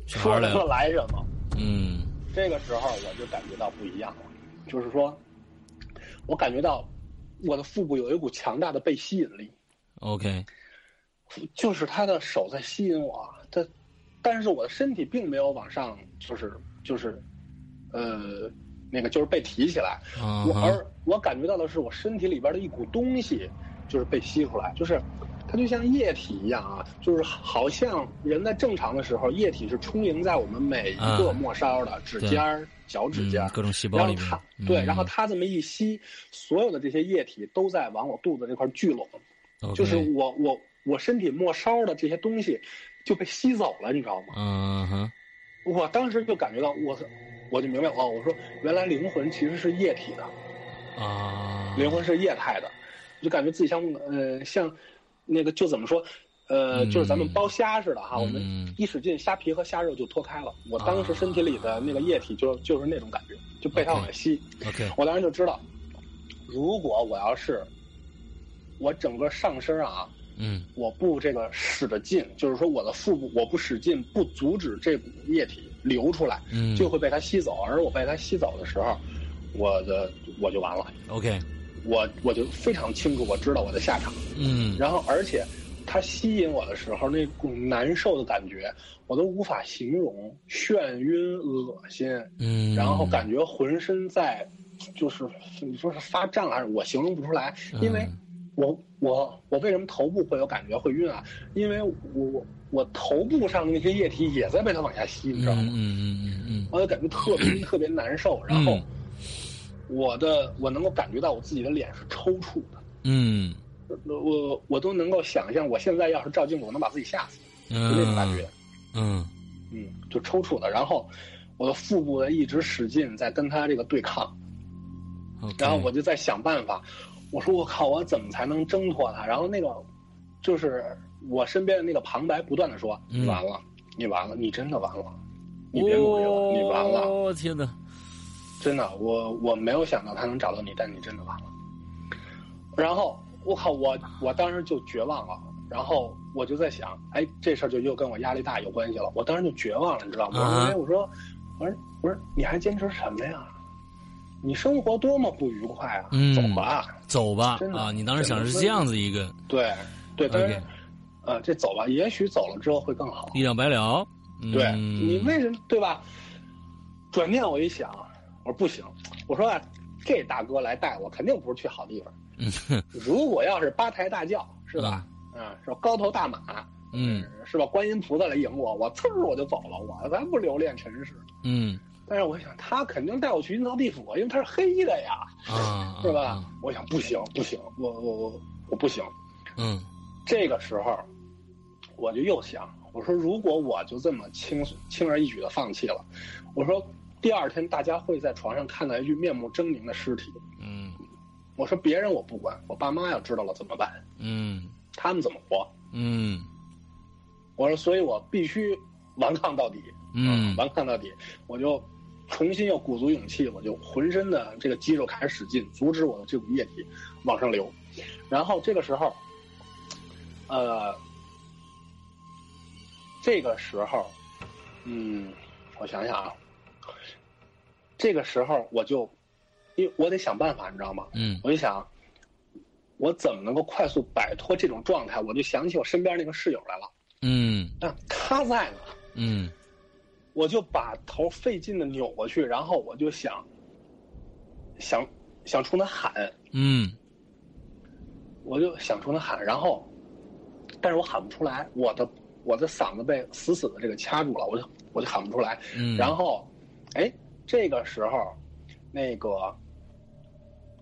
Speaker 1: 小孩
Speaker 4: 说
Speaker 1: 来
Speaker 4: 什么
Speaker 1: 了，
Speaker 4: 来什么。
Speaker 1: 嗯
Speaker 4: 这个时候我就感觉到不一样了，就是说，我感觉到我的腹部有一股强大的被吸引力，
Speaker 1: ，OK，
Speaker 4: 就是他的手在吸引我，他，但是我的身体并没有往上，就是就是，呃，那个就是被提起来，
Speaker 1: 啊
Speaker 4: 我
Speaker 1: 哈
Speaker 4: 而我感觉到的是我身体里边的一股东西，就是被吸出来，就是它就像液体一样啊，就是好像人在正常的时候，液体是充盈在我们每一个
Speaker 1: 啊
Speaker 4: 末梢的指尖儿、脚趾尖
Speaker 1: 嗯
Speaker 4: 儿，
Speaker 1: 各种细胞
Speaker 4: 然后
Speaker 1: 里面
Speaker 4: 它，
Speaker 1: 嗯
Speaker 4: 对，然后它这么一吸，所有的这些液体都在往我肚子这块聚拢，
Speaker 1: ，OK，
Speaker 4: 就是我我我身体末梢的这些东西就被吸走了，你知道吗？
Speaker 1: 嗯哼，
Speaker 4: 我当时就感觉到，我操我就明白哦，我说原来灵魂其实是液体的，
Speaker 1: 啊，
Speaker 4: 灵魂是液态的，我就感觉自己像呃像那个就怎么说，呃，
Speaker 1: 嗯
Speaker 4: 就是咱们剥虾似的哈，我们
Speaker 1: 嗯啊
Speaker 4: 一使劲，虾皮和虾肉就脱开了。我当时身体里的那个液体就就是那种感觉，就被它
Speaker 1: OK
Speaker 4: 往下吸。
Speaker 1: ，OK，
Speaker 4: 我当时就知道，如果我要是我整个上身啊，
Speaker 1: 嗯
Speaker 4: 我不这个使着劲，就是说我的腹部我不使劲，不阻止这股液体流出来，
Speaker 1: 嗯，
Speaker 4: 就会被它吸走。而我被它吸走的时候，我的我就完了，
Speaker 1: OK，
Speaker 4: 我我就非常清楚，我知道我的下场。
Speaker 1: 嗯
Speaker 4: 然后而且它吸引我的时候那种难受的感觉，我都无法形容，眩晕、恶心，
Speaker 1: 嗯，
Speaker 4: 然后感觉浑身在，就是你说是发胀还是我形容不出来，因为
Speaker 1: 嗯
Speaker 4: 我我我为什么头部会有感觉会晕啊？因为我我头部上的那些液体也在被它往下吸，你
Speaker 1: 嗯
Speaker 4: 知道吗？
Speaker 1: 嗯嗯嗯
Speaker 4: 我就感觉特 别特别难受，然后我的我能够感觉到我自己的脸是抽搐的。
Speaker 1: 嗯
Speaker 4: 我我都能够想象，我现在要是照镜子，我能把自己吓死，就
Speaker 1: 嗯，
Speaker 4: 那种感觉，
Speaker 1: 嗯，
Speaker 4: 嗯，就抽搐的。然后我的腹部一直使劲在跟他这个对抗，
Speaker 1: 嗯，
Speaker 4: 然后我就在想办法，我说我靠，我怎么才能挣脱他？然后那个就是我身边的那个旁白不断的说：“
Speaker 1: 嗯
Speaker 4: 你完了，你完了，你真的完了，你别努力了，你完了，
Speaker 1: 我哦天哪，
Speaker 4: 真的，我我没有想到他能找到你，但你真的完了。”然后我靠，我我当时就绝望了。然后我就在想，哎，这事儿就又跟我压力大有关系了。我当时就绝望了，你知道吗？
Speaker 1: 啊
Speaker 4: 因为我说，我说，我说，你还坚持什么呀？你生活多么不愉快啊！
Speaker 1: 嗯
Speaker 4: 走吧，
Speaker 1: 走吧
Speaker 4: 真的
Speaker 1: 啊！你当时想是这样子一个
Speaker 4: 对，对，但是
Speaker 1: OK
Speaker 4: 呃，这走吧，也许走了之后会更好。
Speaker 1: 一了百了，嗯
Speaker 4: 对、你为什么对吧？转念我一想，我说不行，我说啊，这大哥来带我肯定不是去好地 方。
Speaker 1: 嗯
Speaker 4: 如果要是八抬大轿是吧？啊，说高头大马，
Speaker 1: 嗯，
Speaker 4: 是吧？观音菩萨来迎我，我呲儿我就走了，我咱不留恋尘世。
Speaker 1: 嗯
Speaker 4: 但是我想，他肯定带我去阴曹地府，啊因为他是黑的呀，
Speaker 1: 啊，
Speaker 4: 是吧？
Speaker 1: 啊？
Speaker 4: 我想不行，不行，我我我我不行，
Speaker 1: 嗯
Speaker 4: 这个时候，我就又想，我说如果我就这么轻轻而易举的放弃了，我说第二天大家会在床上看到一具面目狰狞的尸体。
Speaker 1: 嗯
Speaker 4: 我说别人我不管，我爸妈要知道了怎么办？
Speaker 1: 嗯
Speaker 4: 他们怎么活？
Speaker 1: 嗯
Speaker 4: 我说，所以我必须顽抗到底，
Speaker 1: 嗯
Speaker 4: 顽啊抗到底。我就重新又鼓足勇气，我就浑身的这个肌肉开始使劲，阻止我的这股液体往上流。然后这个时候，呃，这个时候，嗯，我想想啊，这个时候我就，因为我得想办法，你知道吗？
Speaker 1: 嗯
Speaker 4: 我就想，我怎么能够快速摆脱这种状态？我就想起我身边那个室友来了，
Speaker 1: 嗯
Speaker 4: 那他在呢，
Speaker 1: 嗯
Speaker 4: 我就把头费劲的扭过去，然后我就想，想想冲他喊，
Speaker 1: 嗯
Speaker 4: 我就想冲他喊，然后，但是我喊不出来，我的我的嗓子被死死的这个掐住了，我就我就喊不出来。
Speaker 1: 嗯，
Speaker 4: 然后，哎，这个时候，那个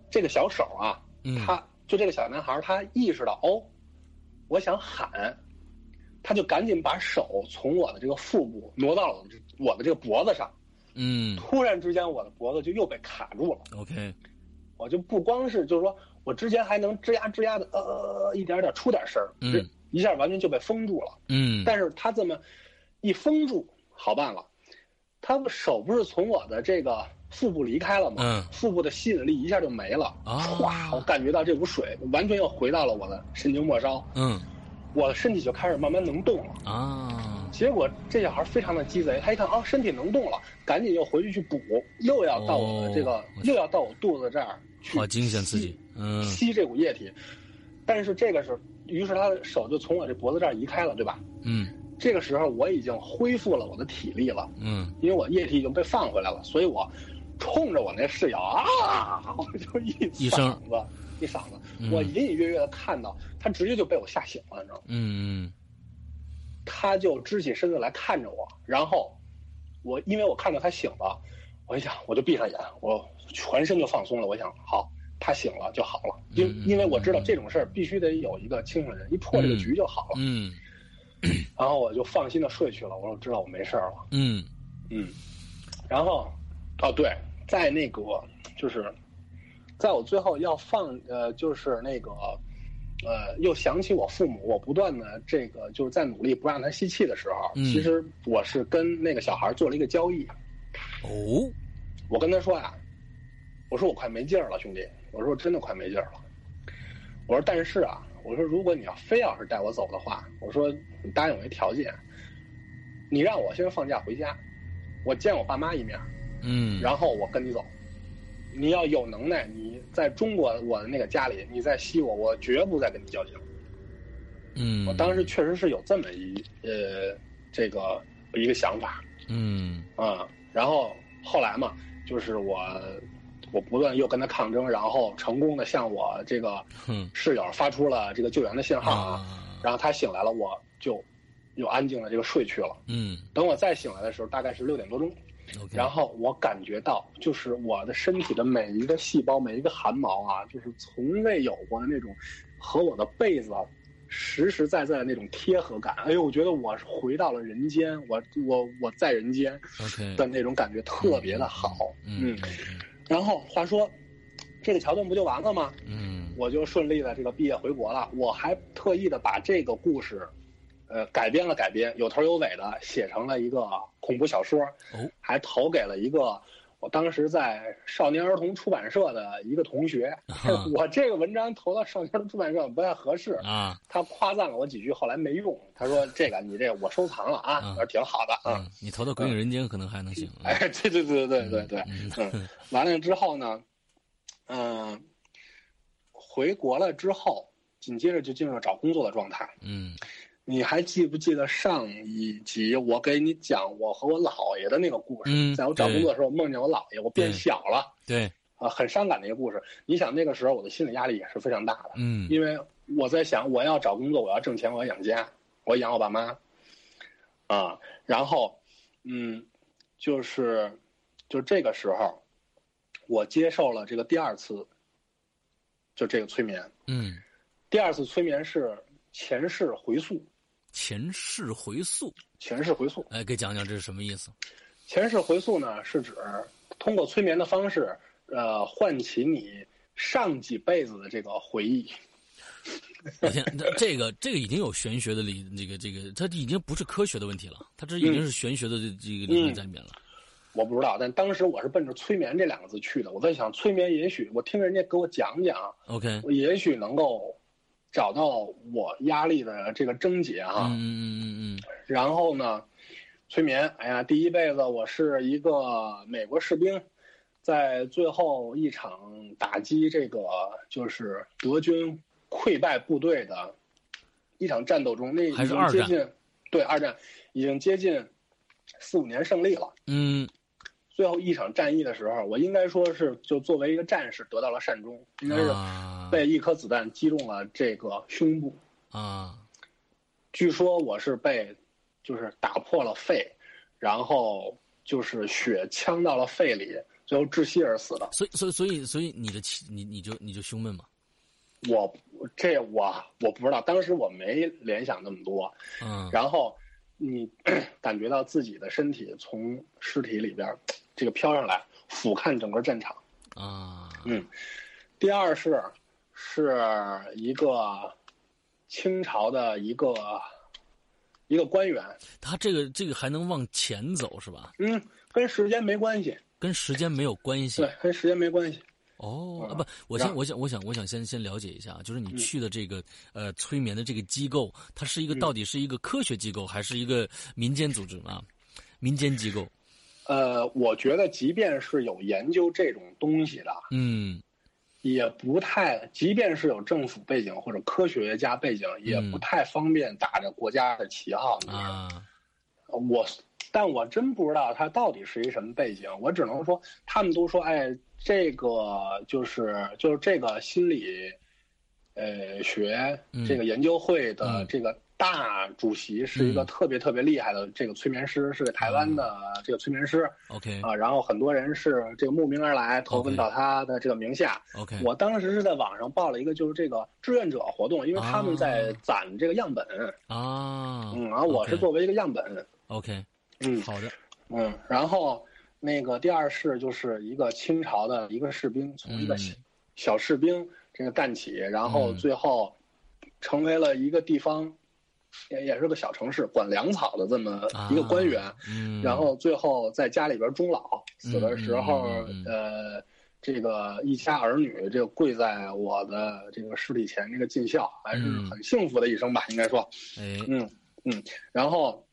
Speaker 4: 这个小手啊，
Speaker 1: 嗯
Speaker 4: 他就这个小男孩儿，他意识到哦，我想喊，他就赶紧把手从我的这个腹部挪到了我的这我的这个脖子上。
Speaker 1: 嗯
Speaker 4: 突然之间，我的脖子就又被卡住了。
Speaker 1: OK
Speaker 4: 我就不光是就是说我之前还能吱呀吱呀的呃一点点出点声儿，
Speaker 1: 嗯
Speaker 4: 这一下完全就被封住了。
Speaker 1: 嗯
Speaker 4: 但是他这么一封住，好办了，他手不是从我的这个腹部离开了吗？
Speaker 1: 嗯
Speaker 4: 腹部的吸引力一下就没了，
Speaker 1: 啊
Speaker 4: 唰，我感觉到这股水完全又回到了我的神经末梢，
Speaker 1: 嗯
Speaker 4: 我的身体就开始慢慢能动了。
Speaker 1: 啊
Speaker 4: 结果这小孩非常的鸡贼，他一看啊身体能动了，赶紧又回去去补，又要到我的这个，
Speaker 1: 哦我
Speaker 4: 又要到我肚子这儿去，
Speaker 1: 好惊险刺激，嗯
Speaker 4: 吸这股液体。但是这个时候，于是他的手就从我这脖子这儿移开了，对吧？
Speaker 1: 嗯
Speaker 4: 这个时候我已经恢复了我的体力了，
Speaker 1: 嗯
Speaker 4: 因为我液体已经被放回来了，所以我冲着我那室友啊， 我就一
Speaker 1: 一
Speaker 4: 嗓
Speaker 1: 声
Speaker 4: 子一嗓子，
Speaker 1: 嗯
Speaker 4: 我隐隐约约的看到他直接就被我吓醒了，你知道吗？
Speaker 1: 嗯
Speaker 4: 他就支起身子来看着我，然后我因为我看到他醒了，我一想我就闭上眼，我全身就放松了。我想好，他醒了就好了，因
Speaker 1: 嗯嗯
Speaker 4: 因为我知道这种事儿必须得有一个清醒人，一破这个局就好了。
Speaker 1: 嗯
Speaker 4: 然后我就放心的睡去了。我说知道我没事儿了。
Speaker 1: 嗯
Speaker 4: 嗯，然后，哦对，在那个就是，在我最后要放呃，就是那个呃，又想起我父母，我不断的这个就是在努力不让他吸气的时候，
Speaker 1: 嗯
Speaker 4: 其实我是跟那个小孩做了一个交易，
Speaker 1: 哦，
Speaker 4: 我跟他说呀、我说我快没劲儿了，兄弟，我说我真的快没劲儿了，我说但是啊，我说如果你要非要是带我走的话，我说你答应我一条件，你让我先放假回家，我见我爸妈一面。
Speaker 1: 嗯，
Speaker 4: 然后我跟你走。你要有能耐，你在中国我的那个家里，你再吸我，我绝不再跟你交情。
Speaker 1: 嗯，
Speaker 4: 我当时确实是有这么一呃这个一个想法
Speaker 1: 嗯
Speaker 4: 啊、然后后来嘛，就是我我不断又跟他抗争，然后成功的向我这个
Speaker 1: 哼
Speaker 4: 室友发出了这个救援的信号啊，
Speaker 1: 啊，
Speaker 4: 然后他醒来了，我就又安静的这个睡去了。
Speaker 1: 嗯
Speaker 4: 等我再醒来的时候，大概是六点多钟。
Speaker 1: ，OK，
Speaker 4: 然后我感觉到，就是我的身体的每一个细胞、每一个汗毛啊，就是从未有过的那种和我的被子啊实实在在的那种贴合感。哎呦，我觉得我是回到了人间，我我我在人间
Speaker 1: OK
Speaker 4: 的那种感觉特别的好。
Speaker 1: 嗯
Speaker 4: 然后话说，这个桥段不就完了吗？
Speaker 1: 嗯
Speaker 4: 我就顺利的这个毕业回国了。我还特意的把这个故事，呃，改编了改编，有头有尾的写成了一个恐怖小说，
Speaker 1: 哦
Speaker 4: 还投给了一个我当时在少年儿童出版社的一个同学。
Speaker 1: 啊
Speaker 4: 我这个文章投到少年儿童出版社不太合适，
Speaker 1: 啊
Speaker 4: 他夸赞了我几句，后来没用。他说：“这个你这个我收藏了啊，
Speaker 1: 嗯
Speaker 4: 我说挺好的啊。
Speaker 1: 嗯，你投到《鬼影人间》可能还能行，啊
Speaker 4: 哎，对对对对对对，
Speaker 1: 嗯
Speaker 4: 嗯，完了之后呢，嗯、回国了之后，紧接着就进入找工作的状态。
Speaker 1: 嗯
Speaker 4: 你还记不记得上一集我给你讲我和我姥爷的那个故事？
Speaker 1: 嗯，
Speaker 4: 在我找工作的时候，梦见我姥爷，我变小了，
Speaker 1: 对，
Speaker 4: 啊、很伤感的一个故事。你想那个时候我的心理压力也是非常大的，
Speaker 1: 嗯
Speaker 4: 因为我在想我要找工作，我要挣钱，我要养家，我要养我爸妈，啊，然后，嗯，就是，就这个时候，我接受了这个第二次，就这个催眠。
Speaker 1: 嗯，
Speaker 4: 第二次催眠是前世回溯，
Speaker 1: 前世回溯，
Speaker 4: 前世回溯，
Speaker 1: 哎，给讲讲这是什么意思？
Speaker 4: 前世回溯呢是指通过催眠的方式，呃，唤起你上几辈子的这个回忆。
Speaker 1: 我天，这这个这个已经有玄学的理，这个这个，它已经不是科学的问题了，它这已
Speaker 4: 嗯
Speaker 1: 经是玄学的这这个理论在里面了。
Speaker 4: 我不知道，但当时我是奔着催眠这两个字去的。我在想，催眠也许我听人家给我讲讲，
Speaker 1: OK，嗯
Speaker 4: 我也许能够找到我压力的这个症结啊。
Speaker 1: 嗯嗯嗯
Speaker 4: 然后呢，催眠，哎呀，第一辈子我是一个美国士兵，在最后一场打击这个就是德军溃败部队的一场战斗中，那已
Speaker 1: 还是
Speaker 4: 经
Speaker 1: 二
Speaker 4: 接
Speaker 1: 战
Speaker 4: 近对二战已经接近四五年胜利了。
Speaker 1: 嗯
Speaker 4: 最后一场战役的时候，我应该说是就作为一个战士得到了善终，应该
Speaker 1: 嗯，
Speaker 4: 是
Speaker 1: 啊
Speaker 4: 被一颗子弹击中了这个胸部。
Speaker 1: 啊，
Speaker 4: 据说我是被就是打破了肺，然后就是血呛到了肺里，最后窒息而死的。
Speaker 1: 所以所以所以所以你的气，你你就你就胸闷嘛，
Speaker 4: 我这我我不知道，当时我没联想那么多。
Speaker 1: 嗯
Speaker 4: 然后你 感觉到自己的身体从尸体里边儿这个飘上来，俯瞰整个战场。
Speaker 1: 啊
Speaker 4: 第二是是一个清朝的一个一个官员，
Speaker 1: 他这个这个还能往前走是吧？
Speaker 4: 嗯，跟时间没关系，
Speaker 1: 跟时间没有关系
Speaker 4: 对。，跟时间没关系。
Speaker 1: 哦，啊
Speaker 4: 嗯
Speaker 1: 不，我先
Speaker 4: 让
Speaker 1: 我想我想我想先先了解一下啊，就是
Speaker 4: 嗯
Speaker 1: 你去的这个呃催眠的这个机构，它是一
Speaker 4: 嗯
Speaker 1: 个到底是一个科学机构还是一个民间组织啊？民间机构，
Speaker 4: 呃，我觉得即便是有研究这种东西的，
Speaker 1: 嗯
Speaker 4: 也不太，即便是有政府背景或者科学家背景，也不太方便打着国家的旗号。你知道吗
Speaker 1: 啊，
Speaker 4: 我，但我真不知道他到底是一什么背景。我只能说，他们都说，哎，这个就是就是这个心理，呃，学
Speaker 1: 嗯
Speaker 4: 这个研究会的
Speaker 1: 嗯
Speaker 4: 这个大主席是一个
Speaker 1: 嗯
Speaker 4: 特别特别厉害的这个催眠师，是个台湾的这个催眠师
Speaker 1: OK
Speaker 4: 啊。然后很多人是这个慕名而来，投奔
Speaker 1: 嗯 OK 嗯
Speaker 4: 到他的这个名下。
Speaker 1: OK，
Speaker 4: 我当时是在网上报了一个就是这个志愿者活动，因为他们在
Speaker 1: 啊
Speaker 4: 攒这个样本，
Speaker 1: 啊，
Speaker 4: 嗯，然后我是
Speaker 1: OK
Speaker 4: 作为一个样本，
Speaker 1: OK，
Speaker 4: 嗯，
Speaker 1: 好的，
Speaker 4: 嗯，然后那个第二世就是一个清朝的一个士兵，从一个
Speaker 1: 嗯
Speaker 4: 小小士兵这个干起，然后
Speaker 1: 嗯
Speaker 4: 最后成为了一个地方，也也是个小城市管粮草的这么一个官员，
Speaker 1: 啊嗯，
Speaker 4: 然后最后在家里边终老，死的时候
Speaker 1: 嗯嗯嗯嗯
Speaker 4: 呃。这个一家儿女，这个跪在我的这个尸体前，这个尽孝，还是
Speaker 1: 嗯
Speaker 4: 很幸福的一生吧，应该说。
Speaker 1: 哎，
Speaker 4: 嗯，嗯，然后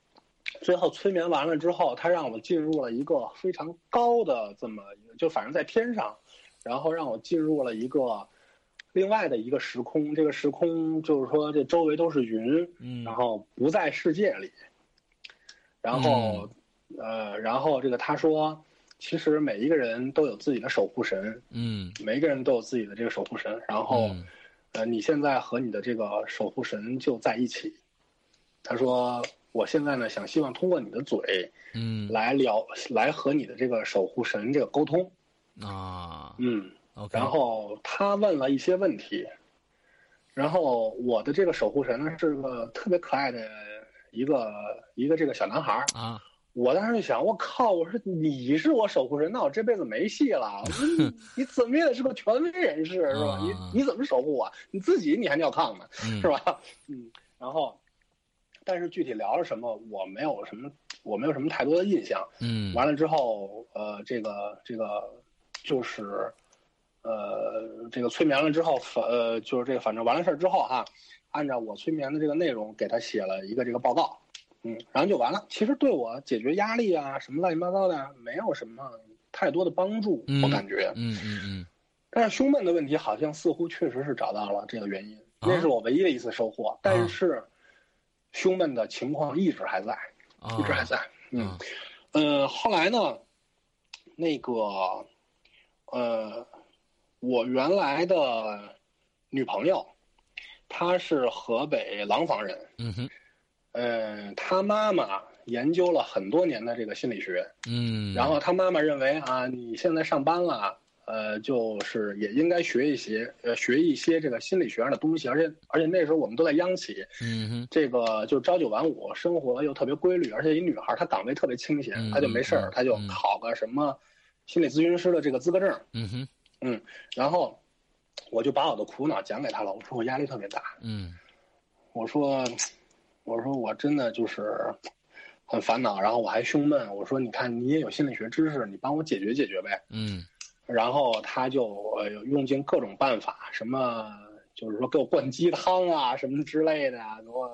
Speaker 4: 最后催眠完了之后，他让我进入了一个非常高的这么一个，就反正在天上，然后让我进入了一个另外的一个时空。这个时空就是说，这周围都是云，
Speaker 1: 嗯，
Speaker 4: 然后不在世界里。然后，
Speaker 1: 嗯
Speaker 4: 呃，然后这个他说，其实每一个人都有自己的守护神，
Speaker 1: 嗯，
Speaker 4: 每一个人都有自己的这个守护神。然后。
Speaker 1: 嗯
Speaker 4: 呃，你现在和你的这个守护神就在一起。他说，我现在呢，想希望通过你的嘴
Speaker 1: 嗯
Speaker 4: 来聊，来和你的这个守护神这个沟通。
Speaker 1: 啊
Speaker 4: 嗯，
Speaker 1: ，OK，
Speaker 4: 然后他问了一些问题，然后我的这个守护神呢是个特别可爱的一个一个这个小男孩儿。
Speaker 1: 啊，
Speaker 4: 我当时就想，我靠！我说你是我守护神，那我这辈子没戏了。我说你你怎么也得是个权威人士是吧？你
Speaker 1: 啊
Speaker 4: 你怎么守护我？你自己你还尿炕呢？
Speaker 1: 嗯
Speaker 4: 是吧？ 嗯，然后，但是具体聊了什么，我没有什么，我没有什么太多的印象。
Speaker 1: 嗯，
Speaker 4: 完了之后，呃，这个这个就是，呃，这个催眠了之后，反呃，就是这个，反正完了事儿之后哈、按照我催眠的这个内容给他写了一个这个报告，嗯，然后就完了。其实对我解决压力啊什么乱七八糟的啊没有什么太多的帮助，
Speaker 1: 嗯
Speaker 4: 我感觉，
Speaker 1: 嗯嗯嗯，
Speaker 4: 但是胸闷的问题好像似乎确实是找到了这个原因，
Speaker 1: 啊
Speaker 4: 那是我唯一的一次收获。但是胸闷的情况一直还在，
Speaker 1: 啊
Speaker 4: 一直还在。嗯
Speaker 1: 啊，
Speaker 4: 呃，后来呢，那个呃，我原来的女朋友，她是河北廊坊人，
Speaker 1: 嗯哼，
Speaker 4: 嗯，她妈妈研究了很多年的这个心理学，
Speaker 1: 嗯，
Speaker 4: 然后他妈妈认为啊，你现在上班了，呃，就是也应该学一些，呃，学一些这个心理学上的东西，而且而且那时候我们都在央企，
Speaker 1: 嗯哼，
Speaker 4: 这个就朝九晚五，生活又特别规律，而且一女孩她岗位特别清闲
Speaker 1: 嗯，
Speaker 4: 她就没事
Speaker 1: 嗯
Speaker 4: 儿，她就
Speaker 1: 嗯
Speaker 4: 考个什么心理咨询师的这个资格证，
Speaker 1: 嗯哼，
Speaker 4: 然后我就把我的苦恼讲给她了，我说我压力特别大，
Speaker 1: 嗯
Speaker 4: 我说，我说我真的就是很烦恼，然后我还胸闷，我说你看你也有心理学知识，你帮我解决解决呗。
Speaker 1: 嗯
Speaker 4: 然后他就呃用尽各种办法，什么就是说给我灌鸡汤啊，什么之类的啊，给我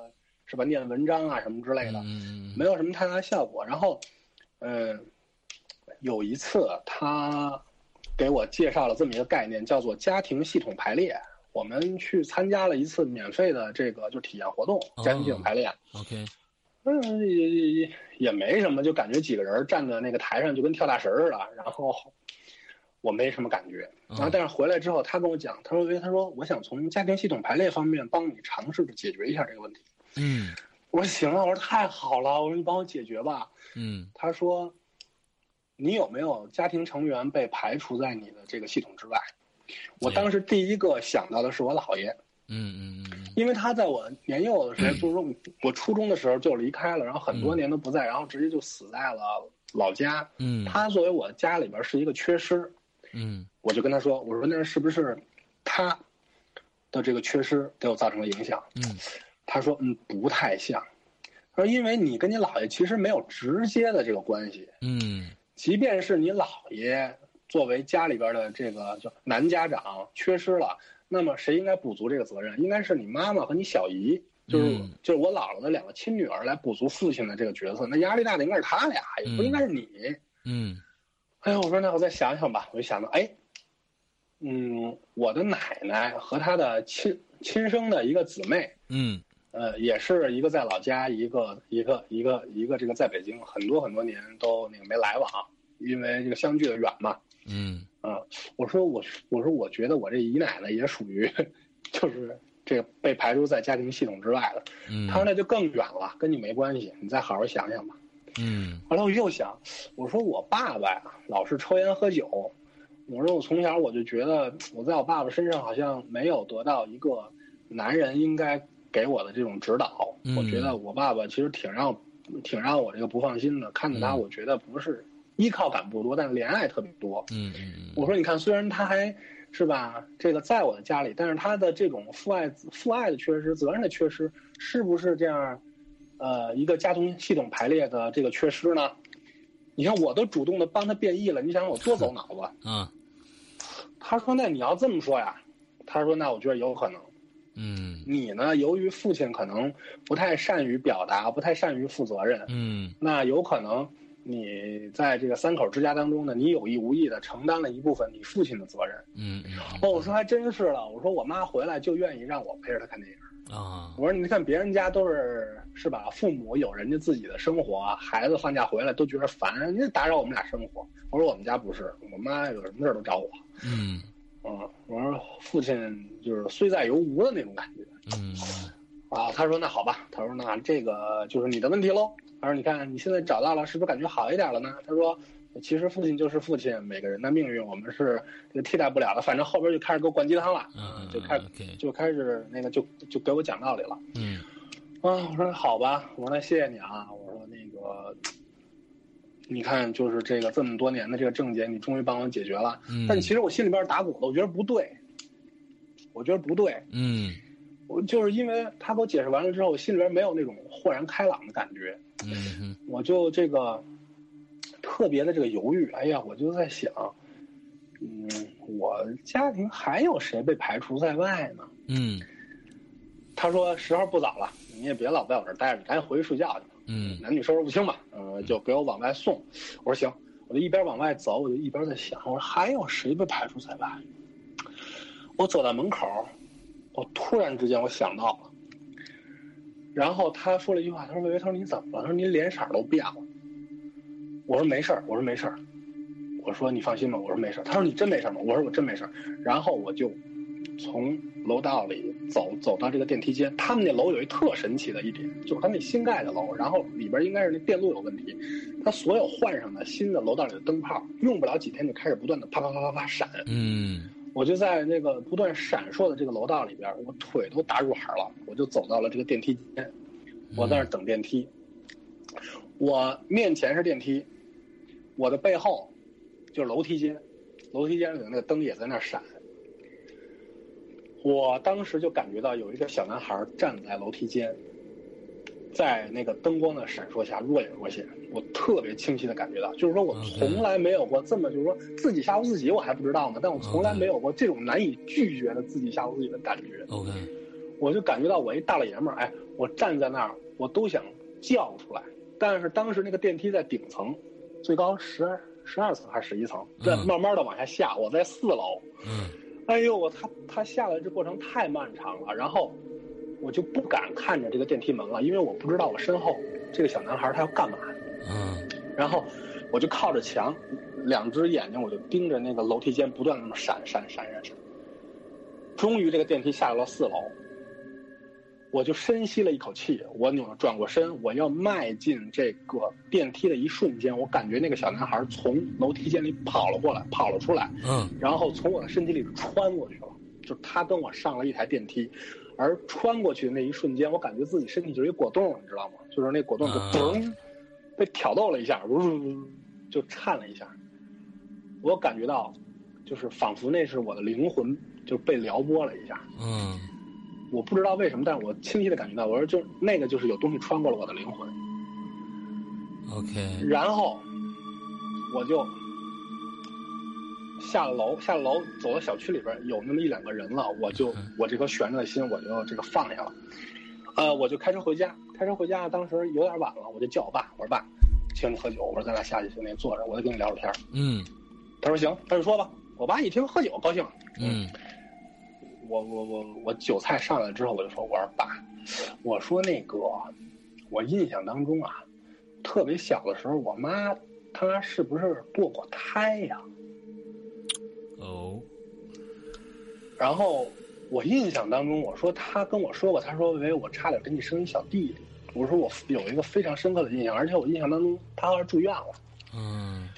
Speaker 4: 是吧念文章啊，什么之类的，
Speaker 1: 嗯
Speaker 4: 没有什么太大效果。然后，嗯、有一次他给我介绍了这么一个概念，叫做家庭系统排列。我们去参加了一次免费的这个就体验活动，家庭系统排列。
Speaker 1: ，OK，
Speaker 4: 嗯，也也也也没什么，就感觉几个人站在那个台上就跟跳大神儿似的，然后我没什么感觉。
Speaker 1: 嗯
Speaker 4: 然后但是回来之后，他跟我讲，他说：“他说我想从家庭系统排列方面帮你尝试着解决一下这个问题。
Speaker 1: 嗯”
Speaker 4: 我说：“行啊，我说太好了，我说你帮我解决吧。
Speaker 1: 嗯”
Speaker 4: 他说：“你有没有家庭成员被排除在你的这个系统之外？”我当时第一个想到的是我姥爷，
Speaker 1: 嗯嗯嗯
Speaker 4: 因为他在我年幼的时候，就是说我初中的时候就离开了，然后很多年都不在，然后直接就死在了老家。
Speaker 1: 嗯，
Speaker 4: 他作为我家里边是一个缺失，
Speaker 1: 嗯
Speaker 4: 我就跟他说：“我说那是不是他的这个缺失给我造成了影响？”
Speaker 1: 嗯，
Speaker 4: 他说：“嗯，不太像。”他说：“因为你跟你姥爷其实没有直接的这个关系，
Speaker 1: 嗯
Speaker 4: 即便是你姥爷作为家里边的这个就男家长缺失了，那么谁应该补足这个责任？应该是你妈妈和你小姨，就是、
Speaker 1: 嗯
Speaker 4: 就是我姥姥的两个亲女儿来补足父亲的这个角色。那压力大的应该是他俩，也不应该是你。
Speaker 1: 嗯
Speaker 4: 哎呦，我说那我再想想吧，我就想到，哎，嗯，我的奶奶和她的亲亲生的一个姊妹，
Speaker 1: 嗯
Speaker 4: 呃，也是一个在老家，一个一个一个一个这个在北京很多很多年都那个没来往，因为这个相距的远嘛。
Speaker 1: 嗯
Speaker 4: 我说我我说我觉得我这姨奶奶也属于， 就是这个被排除在家庭系统之外的。
Speaker 1: 嗯，
Speaker 4: 他说那就更远了，跟你没关系，你再好好想想吧。
Speaker 1: 嗯
Speaker 4: 后来我又想，我说我爸爸呀，老是抽烟喝酒。我说我从小我就觉得我在我爸爸身上好像没有得到一个男人应该给我的这种指导。
Speaker 1: 嗯
Speaker 4: 我觉得我爸爸其实挺让挺让我这个不放心的。看着他，
Speaker 1: 嗯
Speaker 4: 我觉得不是依靠感不多，但是怜爱特别多。
Speaker 1: 嗯嗯嗯
Speaker 4: 我说，你看，虽然他还是吧，这个在我的家里，但是他的这种父爱、父爱的缺失、责任的缺失，是不是这样？呃，一个家庭系统排列的这个缺失呢？你看，我都主动的帮他变异了，你想我多走脑子？
Speaker 1: 啊
Speaker 4: 他说：“那你要这么说呀？”他说：“那我觉得有可能。
Speaker 1: 嗯
Speaker 4: 你呢，由于父亲可能不太善于表达，不太善于负责任，
Speaker 1: 嗯
Speaker 4: 那有可能你在这个三口之家当中呢，你有意无意的承担了一部分你父亲的责任。
Speaker 1: 嗯
Speaker 4: 哦，我说还真是了。我说我妈回来就愿意让我陪着她看电影。
Speaker 1: 嗯啊
Speaker 4: 我说你看别人家都是是吧？父母有人家自己的生活，孩子放假回来都觉得烦，人家打扰我们俩生活。我说我们家不是，我妈有什么事儿都找我。
Speaker 1: 嗯
Speaker 4: 嗯，我说父亲就是虽在犹吾的那种感觉
Speaker 1: 嗯
Speaker 4: 啊。他说那好吧，他说那这个就是你的问题喽。他说你看你现在找到了，是不是感觉好一点了呢？他说其实父亲就是父亲，每个人的命运我们是这个替代不了的。反正后边就开始给我灌鸡汤了，
Speaker 1: 嗯
Speaker 4: 就开始
Speaker 1: ，OK，
Speaker 4: 就开始那个就就给我讲道理了。
Speaker 1: 嗯
Speaker 4: 啊，我说好吧，我说那谢谢你啊，我说那个。你看，就是这个这么多年的这个症结，你终于帮我解决了。
Speaker 1: 嗯，
Speaker 4: 但其实我心里边打鼓了，我觉得不对，我觉得不对，
Speaker 1: 嗯
Speaker 4: 我就是因为他给我解释完了之后，我心里边没有那种豁然开朗的感觉，
Speaker 1: 嗯嗯
Speaker 4: 我就这个特别的这个犹豫。哎呀，我就在想，嗯，我家庭还有谁被排除在外呢？
Speaker 1: 嗯
Speaker 4: 他说时候不早了，你也别老在我这儿待着，赶紧回去睡觉去吧。
Speaker 1: 嗯
Speaker 4: 男女授受不亲吧，嗯、就给我往外送。我说行，我就一边往外走，我就一边在想，我说还有谁被排除在外？我走到门口，我突然之间我想到了，然后他说了一句话，他说：“魏巍，他说你怎么了？他说你脸色儿都变了。”我说没事儿，我说没事儿，我说你放心吧，我说没事儿。他说你真没事儿吗？我说我真没事儿。然后我就从楼道里走走到这个电梯间，他们那楼有一特神奇的一点，就是他那新盖的楼，然后里边应该是那电路有问题，它所有换上的新的楼道里的灯泡，用不了几天就开始不断的啪啪啪啪啪闪。
Speaker 1: 嗯
Speaker 4: 我就在那个不断闪烁的这个楼道里边，我腿都打软了，我就走到了这个电梯间，我
Speaker 1: 嗯
Speaker 4: 在那儿等电梯。我面前是电梯，我的背后就是楼梯间，楼梯间里的那个灯也在那儿闪。我当时就感觉到有一个小男孩站在楼梯间，在那个灯光的闪烁下若隐若现，我特别清晰的感觉到，就是说我
Speaker 1: OK
Speaker 4: 从来没有过这么，就是说自己吓唬自己，我还不知道呢，但我从来
Speaker 1: OK
Speaker 4: 没有过这种难以拒绝的自己吓唬自己的感觉。
Speaker 1: ，OK，
Speaker 4: 我就感觉到我一大老爷们儿，哎，我站在那儿，我都想叫出来，但是当时那个电梯在顶层，最高十二十二层还是十一层，在
Speaker 1: 嗯
Speaker 4: 慢慢的往下下，我在四楼，
Speaker 1: 嗯
Speaker 4: 哎呦，我他他下来这过程太漫长了，然后我就不敢看着这个电梯门了，因为我不知道我身后这个小男孩他要干嘛，
Speaker 1: 嗯
Speaker 4: 然后我就靠着墙，两只眼睛我就盯着那个楼梯间不断的那么闪闪闪闪闪。终于这个电梯下到了四楼，我就深吸了一口气，我扭转过身，我要迈进这个电梯的一瞬间，我感觉那个小男孩从楼梯间里跑了过来，跑了出来，
Speaker 1: 嗯
Speaker 4: 然后从我的身体里穿过去了，就是他跟我上了一台电梯，而穿过去的那一瞬间，我感觉自己身体就是一果冻，你知道吗？就是那果冻就
Speaker 1: 啊
Speaker 4: 噔、被挑逗了一下，呜呜就颤了一下，我感觉到，就是仿佛那是我的灵魂就被撩拨了一下，
Speaker 1: 嗯
Speaker 4: 我不知道为什么，但是我清晰的感觉到，我说就那个就是有东西穿过了我的灵魂，
Speaker 1: ，OK，
Speaker 4: 然后我就下了楼，下了楼走到小区里边，有那么一两个人了，我就
Speaker 1: 嗯
Speaker 4: 我这颗悬着的心我就这个放下了，呃，我就开车回家，开车回家当时有点晚了，我就叫我爸，我说爸，请你喝酒，我说咱俩下去去那坐着，我再跟你聊聊天儿。
Speaker 1: 嗯
Speaker 4: 他说行，他就说吧。我爸一听喝酒高兴，
Speaker 1: 嗯
Speaker 4: 我我我我酒菜上来之后，我就说，我说爸，我说那个，我印象当中啊，特别小的时候，我妈她是不是堕过胎呀、
Speaker 1: 哦，
Speaker 4: 然后我印象当中，我说她跟我说过，她说喂，我差点给你生一小弟弟。我说我有一个非常深刻的印象，而且我印象当中她好像住院了。
Speaker 1: 嗯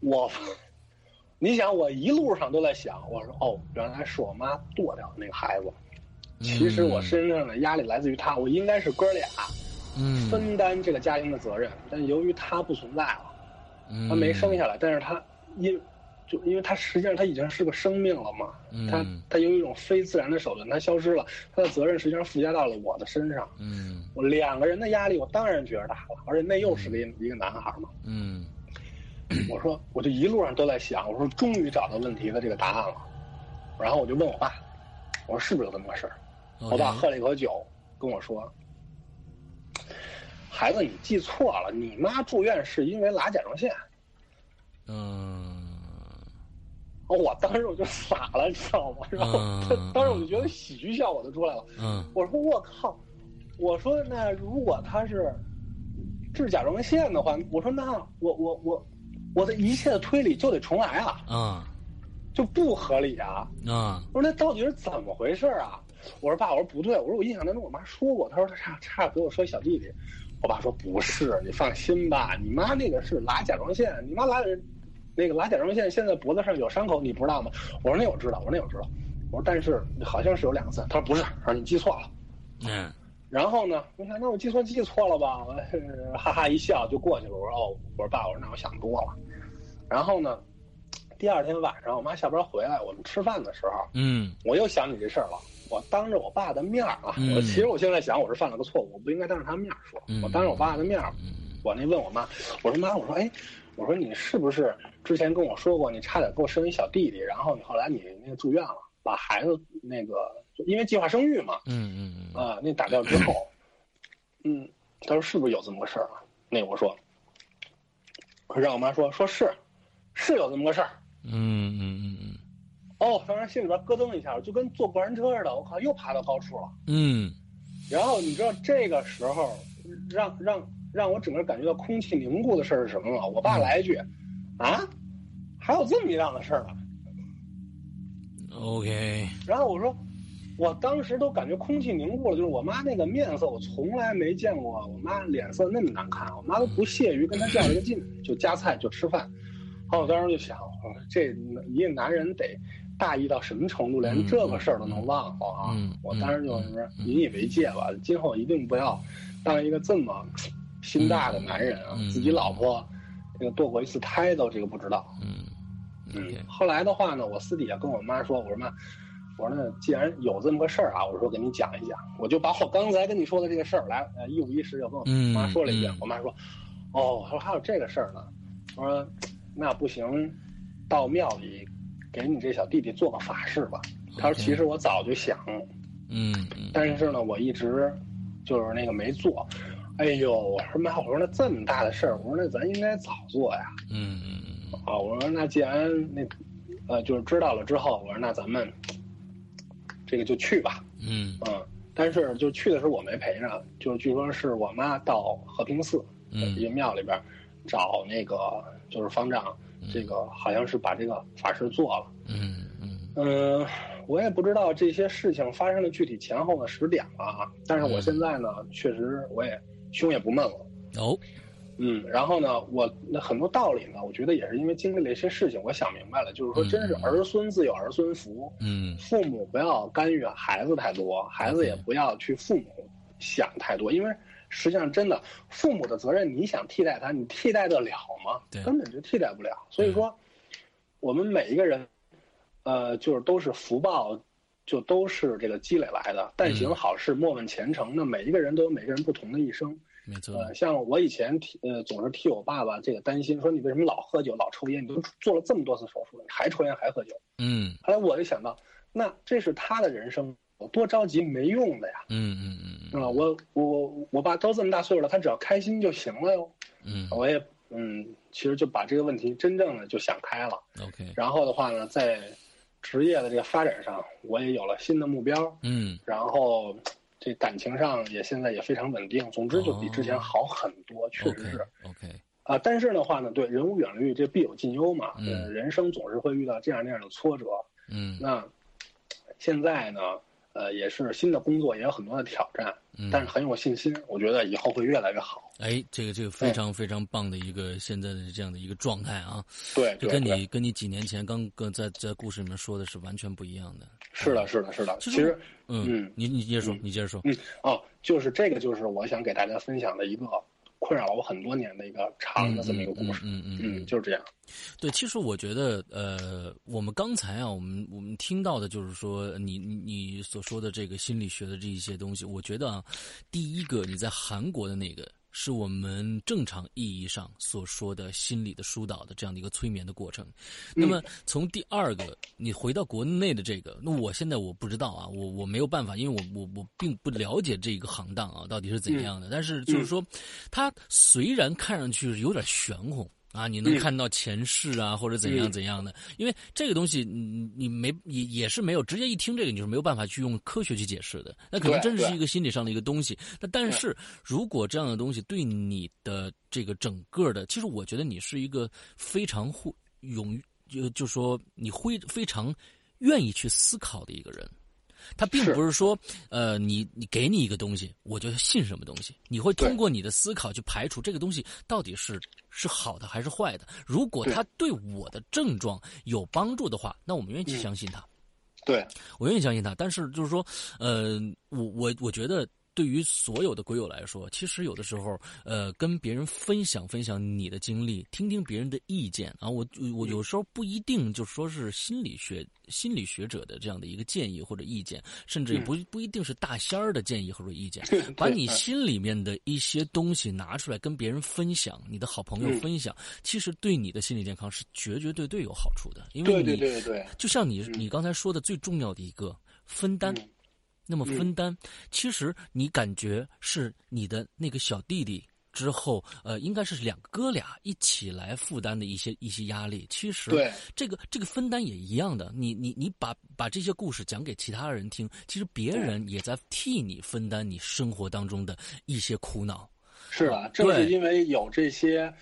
Speaker 4: 我， 你想，我一路上都在想，我说哦，原来是我妈剁掉的那个孩子。其实我身上的压力来自于她，我应该是哥俩，
Speaker 1: 嗯
Speaker 4: 分担这个家庭的责任，但由于他不存在了，
Speaker 1: 嗯，
Speaker 4: 他没生下来，但是他因就因为他实际上他已经是个生命了嘛，他
Speaker 1: 嗯
Speaker 4: 他由于一种非自然的手段，他消失了，他的责任实际上附加到了我的身上。
Speaker 1: 嗯
Speaker 4: 我两个人的压力，我当然觉得大了，而且那又是个一个男孩嘛。
Speaker 1: 嗯
Speaker 4: 我说，我就一路上都在想，我说终于找到问题的这个答案了。然后我就问我爸，我说是不是有这么个事儿？
Speaker 1: ，OK，
Speaker 4: 我爸喝了一口酒，跟我说：“孩子，你记错了，你妈住院是因为拉甲状腺。
Speaker 1: 嗯”
Speaker 4: 哦我当时我就傻了，你知道吗？然后
Speaker 1: 嗯
Speaker 4: 当时我就觉得喜剧效果都出来了。
Speaker 1: 嗯
Speaker 4: 我说我靠，我说那如果他是治甲状腺的话，我说那我我我我的一切的推理就得重来啊，
Speaker 1: 啊
Speaker 4: 就不合理啊！
Speaker 1: 啊
Speaker 4: 我说那到底是怎么回事儿啊？我说爸，我说不对，我说我印象当中我妈说过，她说她差差点给我说小弟弟。我爸说不是，你放心吧，你妈那个是拉甲状腺，你妈拉那个拉甲状腺现在脖子上有伤口，你不知道吗？我说那我知道，我说那我知道，我说但是好像是有两次，他说不是，他说你记错了。
Speaker 1: 嗯
Speaker 4: 然后呢，我想那我记错记错了吧，呃哈哈一笑就过去了。我说哦，我说爸，我说那我想多了。然后呢，第二天晚上我妈下班回来，我们吃饭的时候，
Speaker 1: 嗯
Speaker 4: 我又想起这事儿了。我当着我爸的面儿啊，
Speaker 1: 嗯
Speaker 4: 我其实我现在想，我是犯了个错误，我不应该当着他面儿说。
Speaker 1: 嗯
Speaker 4: 我当着我爸的面儿，
Speaker 1: 嗯
Speaker 4: 我那问我妈，我说妈，我说哎，我说你是不是之前跟我说过，你差点给我生一小弟弟，然后你后来你那个住院了，把孩子那个因为计划生育嘛，
Speaker 1: 嗯嗯
Speaker 4: 啊，那打掉之后， 嗯，他说是不是有这么个事儿啊？那我说，我让我妈说，说是，是有这么个事儿。
Speaker 1: 嗯嗯
Speaker 4: 哦，当时心里边咯噔一下，就跟坐过山车似的，我靠，又爬到高处了。
Speaker 1: 嗯
Speaker 4: 然后你知道这个时候，让让让我整个感觉到空气凝固的事儿是什么吗？我爸来一句，啊，还有这么一样的事儿呢。
Speaker 1: 嗯，OK，
Speaker 4: 然后我说，我当时都感觉空气凝固了，就是我妈那个面色，我从来没见过我妈脸色那么难看，我妈都不屑于跟她较这个劲，就夹菜就吃饭。然后我当时就想，我说这一个男人得大意到什么程度，连
Speaker 1: 嗯
Speaker 4: 这个事儿都能忘了啊！
Speaker 1: 嗯嗯嗯
Speaker 4: 我当时就是引以为戒吧，今后一定不要当一个这么心大的男人啊，
Speaker 1: 嗯嗯
Speaker 4: 自己老婆这个堕过一次胎都这个不知道。
Speaker 1: 嗯
Speaker 4: 嗯
Speaker 1: OK，，
Speaker 4: 后来的话呢，我私底下跟我妈说，我说妈，我说那既然有这么个事儿啊，我说给你讲一讲，我就把我刚才跟你说的这个事儿来，呃，一五一十又跟我妈说了一遍。
Speaker 1: 嗯嗯
Speaker 4: 我妈说，哦，她说还有这个事儿呢。我说那不行，到庙里给你这小弟弟做个法事吧。她说
Speaker 1: OK
Speaker 4: 其实我早就想，
Speaker 1: 嗯嗯
Speaker 4: 但是呢，我一直就是那个没做。哎呦，我说妈，我说那这么大的事儿，我说那咱应该早做呀。
Speaker 1: 嗯嗯
Speaker 4: 啊，我说那既然那，呃，就是知道了之后，我说那咱们这个就去吧，
Speaker 1: 嗯
Speaker 4: 嗯。但是就去的时候我没陪着，就是据说是我妈到和平寺一
Speaker 1: 嗯
Speaker 4: 个庙里边儿找那个就是方丈，这个好像是把这个法事做了。
Speaker 1: 嗯嗯
Speaker 4: 嗯，我也不知道这些事情发生的具体前后的时点了啊。但是我
Speaker 1: 嗯
Speaker 4: 现在呢，确实我也胸也不闷了。
Speaker 1: 哦
Speaker 4: 嗯，然后呢，我那很多道理呢，我觉得也是因为经历了一些事情，我想明白了，就是说，
Speaker 1: 嗯
Speaker 4: 真是儿孙自有儿孙福，
Speaker 1: 嗯
Speaker 4: 父母不要干预孩子太多，孩子也不要去父母想太多，因为实际上真的，父母的责任你想替代他，你替代得了吗
Speaker 1: 对？嗯
Speaker 4: 根本就替代不了。所以说，我们每一个人，呃，就是都是福报。就都是这个积累来的，
Speaker 1: 嗯
Speaker 4: 但行好事，莫问前程。那每一个人都有每个人不同的一生，
Speaker 1: 没错
Speaker 4: 呃，像我以前替呃总是替我爸爸这个担心，说你为什么老喝酒、老抽烟？你都做了这么多次手术了，你还抽烟还喝酒？
Speaker 1: 嗯
Speaker 4: 后来我就想到，那这是他的人生，我多着急没用的呀。
Speaker 1: 嗯嗯
Speaker 4: 啊、我我我爸都这么大岁数了，他只要开心就行了哟。
Speaker 1: 嗯嗯
Speaker 4: 我也嗯，其实就把这个问题真正的就想开了。
Speaker 1: OK，
Speaker 4: 然后的话呢，在职业的这个发展上，我也有了新的目标。
Speaker 1: 嗯
Speaker 4: 然后这感情上也现在也非常稳定，总之就比之前好很多，确实
Speaker 1: 哦 OK
Speaker 4: 是。
Speaker 1: OK，
Speaker 4: 啊，但是的话呢，对人无远虑，这必有近忧嘛。
Speaker 1: 嗯
Speaker 4: 呃人生总是会遇到这样那样的挫折。
Speaker 1: 嗯
Speaker 4: 那现在呢，呃，也是新的工作，也有很多的挑战，
Speaker 1: 嗯
Speaker 4: 但是很有信心，我觉得以后会越来越好。
Speaker 1: 哎，这个这个非常非常棒的一个现在的这样的一个状态啊，
Speaker 4: 对，
Speaker 1: 这
Speaker 4: 对
Speaker 1: 跟
Speaker 4: 对
Speaker 1: 你跟你几年前刚跟在在故事里面说的是完全不一样的。
Speaker 4: 是的，是的，是的。
Speaker 1: 其
Speaker 4: 其
Speaker 1: 实
Speaker 4: 实，
Speaker 1: 嗯
Speaker 4: 嗯，
Speaker 1: 你你接着说，
Speaker 4: 嗯
Speaker 1: 你接着说。
Speaker 4: 嗯，哦，就是这个，就是我想给大家分享的一个困扰了我很多年的一个长的这么一个故事。
Speaker 1: 嗯嗯嗯嗯
Speaker 4: 嗯，就是这样。
Speaker 1: 对，其实我觉得，呃，我们刚才啊，我们我们听到的就是说，你你你所说的这个心理学的这一些东西，我觉得啊，第一个你在韩国的那个。是我们正常意义上所说的心理的疏导的这样的一个催眠的过程。那么从第二个，你回到国内的这个，那我现在我不知道啊，我我没有办法，因为我我我并不了解这个行当啊到底是怎样的。但是就是说，它虽然看上去有点玄乎。啊，你能
Speaker 4: 嗯
Speaker 1: 看到前世啊，或者怎样
Speaker 4: 嗯
Speaker 1: 怎样的？因为这个东西，你你没也也是没有直接一听这个，你是没有办法去用科学去解释的。那可能
Speaker 4: 对
Speaker 1: 真是
Speaker 4: 对嗯
Speaker 1: 一个心理上的一个东西。那但是如果这样的东西对你的这个整个的，其实我觉得你是一个非常会勇于，就就说你会非常愿意去思考的一个人。他并
Speaker 4: 是
Speaker 1: 不是说，呃，你你给你一个东西，我就信什么东西。你会通
Speaker 4: 对
Speaker 1: 过你的思考去排除这个东西到底是是好的还是坏的。如果
Speaker 4: 对
Speaker 1: 它对我的症状有帮助的话，那我们愿意去
Speaker 4: 嗯
Speaker 1: 相信它。
Speaker 4: 对，
Speaker 1: 我愿意相信他，但是就是说，呃，我我我觉得。对于所有的鬼友来说，其实有的时候，呃，跟别人分享分享你的经历，听听别人的意见啊，我我
Speaker 4: 嗯
Speaker 1: 有时候不一定就说是心理学心理学者的这样的一个建议或者意见，甚至也不不一定是大仙儿的建议或者意见，把
Speaker 4: 嗯对
Speaker 1: 你
Speaker 4: 嗯
Speaker 1: 心里面的一些东西拿出来跟别人分享，你的好朋友
Speaker 4: 嗯
Speaker 1: 分享，其实对你的心理健康是绝绝对对有好处的，因为
Speaker 4: 对
Speaker 1: 你
Speaker 4: 对对对，
Speaker 1: 就像你你刚才说的最重要的一个分担，
Speaker 4: 嗯
Speaker 1: 那么分担，其实你感觉是你的那个小弟弟之后，呃，应该是两个哥俩一起来负担的一些一些压力。其实
Speaker 4: 对
Speaker 1: 这个这个分担也一样的，你你你把把这些故事讲给其他人听，其实别人也在替你分担你生活当中的一些苦恼。
Speaker 4: 是的，正是
Speaker 1: 对
Speaker 4: 因为有这些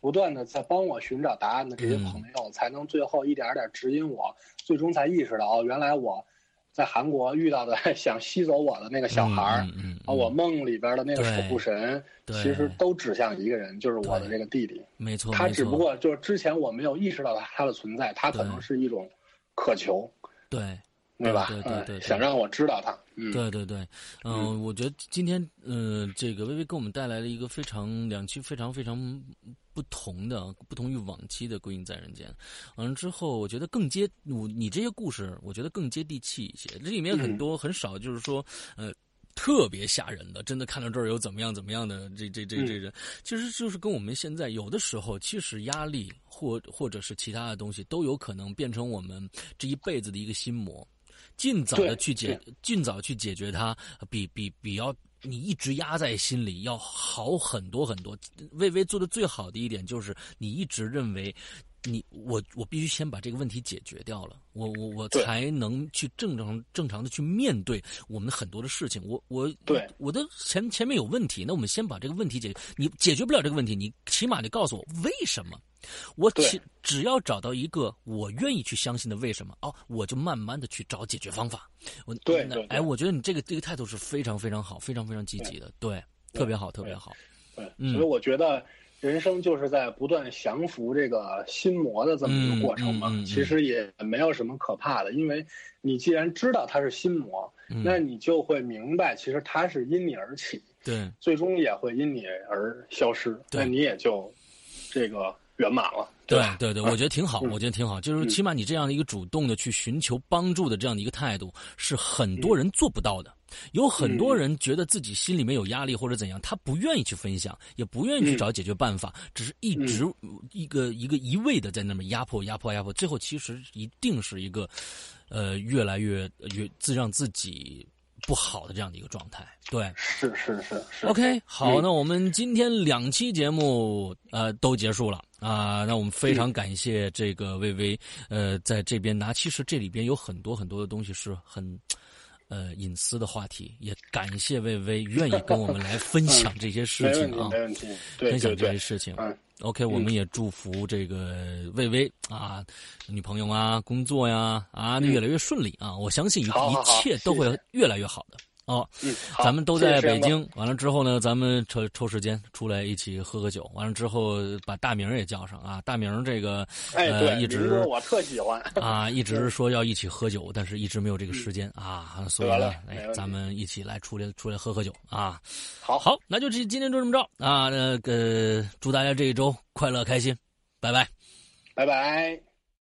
Speaker 4: 不断的在帮我寻找答案的这些
Speaker 1: 嗯
Speaker 4: 朋友，才能最后一点儿点儿指引我，最终才意识到哦，原来我在韩国遇到的 想吸走我的那个小孩儿。
Speaker 1: 嗯嗯嗯
Speaker 4: 啊，我梦里边的那个守护神，
Speaker 1: 对对
Speaker 4: 其实都指向一个人，就是我的这个弟弟。
Speaker 1: 没错，
Speaker 4: 他
Speaker 1: 没
Speaker 4: 只
Speaker 1: 错
Speaker 4: 不过就是之前我没有意识到他他的存在，他可能
Speaker 1: 对
Speaker 4: 是一种渴求，
Speaker 1: 对。
Speaker 4: 对吧？
Speaker 1: 对对对
Speaker 4: 嗯
Speaker 1: 对对
Speaker 4: 想让我知道他。嗯，
Speaker 1: 对对对，嗯、我觉得今天，呃，这个微微给我们带来了一个非常两期非常非常不同的、不同于往期的《归隐在人间》。完了之后，我觉得更接我你这些故事，我觉得更接地气一些。这里面
Speaker 4: 嗯
Speaker 1: 很多、很少，就是说，呃。特别吓人的，真的看到这儿有怎么样怎么样的，这这这这
Speaker 4: 嗯
Speaker 1: 人，其实就是跟我们现在有的时候，其实压力或或者是其他的东西，都有可能变成我们这一辈子的一个心魔。尽早的
Speaker 4: 对
Speaker 1: 去解，尽早去解决它，比比比要你一直压在心里要好很多很多。薇薇做的最好的一点就是，你一直认为你我我必须先把这个问题解决掉了，我我我
Speaker 4: 对
Speaker 1: 才能去正常正常的去面对我们的很多的事情。我我
Speaker 4: 对
Speaker 1: 我的前前面有问题，那我们先把这个问题解决。你解决不了这个问题，你起码得告诉我为什么。我
Speaker 4: 对
Speaker 1: 只只要找到一个我愿意去相信的为什么哦，我就慢慢的去找解决方法。我
Speaker 4: 对
Speaker 1: 那
Speaker 4: 对对
Speaker 1: 哎，我觉得你这个这个态度是非常非常好，非常非常积极的，对，特别好，特别好。嗯
Speaker 4: 对，所以我觉得人生就是在不断降服这个心魔的这么一个过程嘛。
Speaker 1: 嗯嗯嗯嗯
Speaker 4: 其实也没有什么可怕的，因为你既然知道它是心魔，
Speaker 1: 嗯，
Speaker 4: 那你就会明白，其实它是因你而起，
Speaker 1: 对
Speaker 4: 最终也会因你而消失。
Speaker 1: 对
Speaker 4: 那你也就这个圆满了，
Speaker 1: 对
Speaker 4: 吧？
Speaker 1: 对对，我觉得挺好，我觉得挺好，就是起码你这样的一个主动的去寻求帮助的这样的一个态度，是很多人做不到的。有很多人觉得自己心里面有压力或者怎样，他不愿意去分享，也不愿意去找解决办法，只是一直一个一个一味的在那么压迫、压迫、压迫，最后其实一定是一个，呃，越来越越自让自己不好的这样的一个状态。对，
Speaker 4: 是是是是。
Speaker 1: OK，好，
Speaker 4: 嗯
Speaker 1: 那我们今天两期节目呃都结束了啊、那我们非常感谢这个薇薇，呃，在这边拿，其实这里边有很多很多的东西是很。呃，隐私的话题，也感谢薇薇愿意跟我们来分享这些事
Speaker 4: 没问
Speaker 1: 情
Speaker 4: 题
Speaker 1: 啊，，
Speaker 4: 没问题。对
Speaker 1: 分享
Speaker 4: 对
Speaker 1: 这些
Speaker 4: 对，
Speaker 1: 事情。
Speaker 4: 嗯，
Speaker 1: OK，我们也祝福这个魏巍啊，女朋友啊，工作呀啊，越来越顺利啊！我相信一
Speaker 4: 嗯好好
Speaker 1: 一
Speaker 4: 好
Speaker 1: 切都会
Speaker 4: 谢谢
Speaker 1: 越来越好的哦。
Speaker 4: 嗯，好
Speaker 1: 咱们都在北，
Speaker 4: 谢谢石阳哥
Speaker 1: 京，完了之后呢，咱们抽抽时间出来一起喝喝酒，完了之后把大明儿也叫上啊。大明儿这个
Speaker 4: 哎，对，
Speaker 1: 呃一
Speaker 4: 明
Speaker 1: 直
Speaker 4: 哥我特喜欢，
Speaker 1: 啊一直说要一起喝酒，但是一直没有这个时间啊，所以
Speaker 4: 得
Speaker 1: 呢
Speaker 4: 嘞，嗯没
Speaker 1: 哎
Speaker 4: 问，题
Speaker 1: 咱们一起来出来出来喝喝酒啊。
Speaker 4: 好，
Speaker 1: 好，那就这今天就这么着啊。那个祝大家这一周快乐开心，拜拜。
Speaker 4: 拜拜。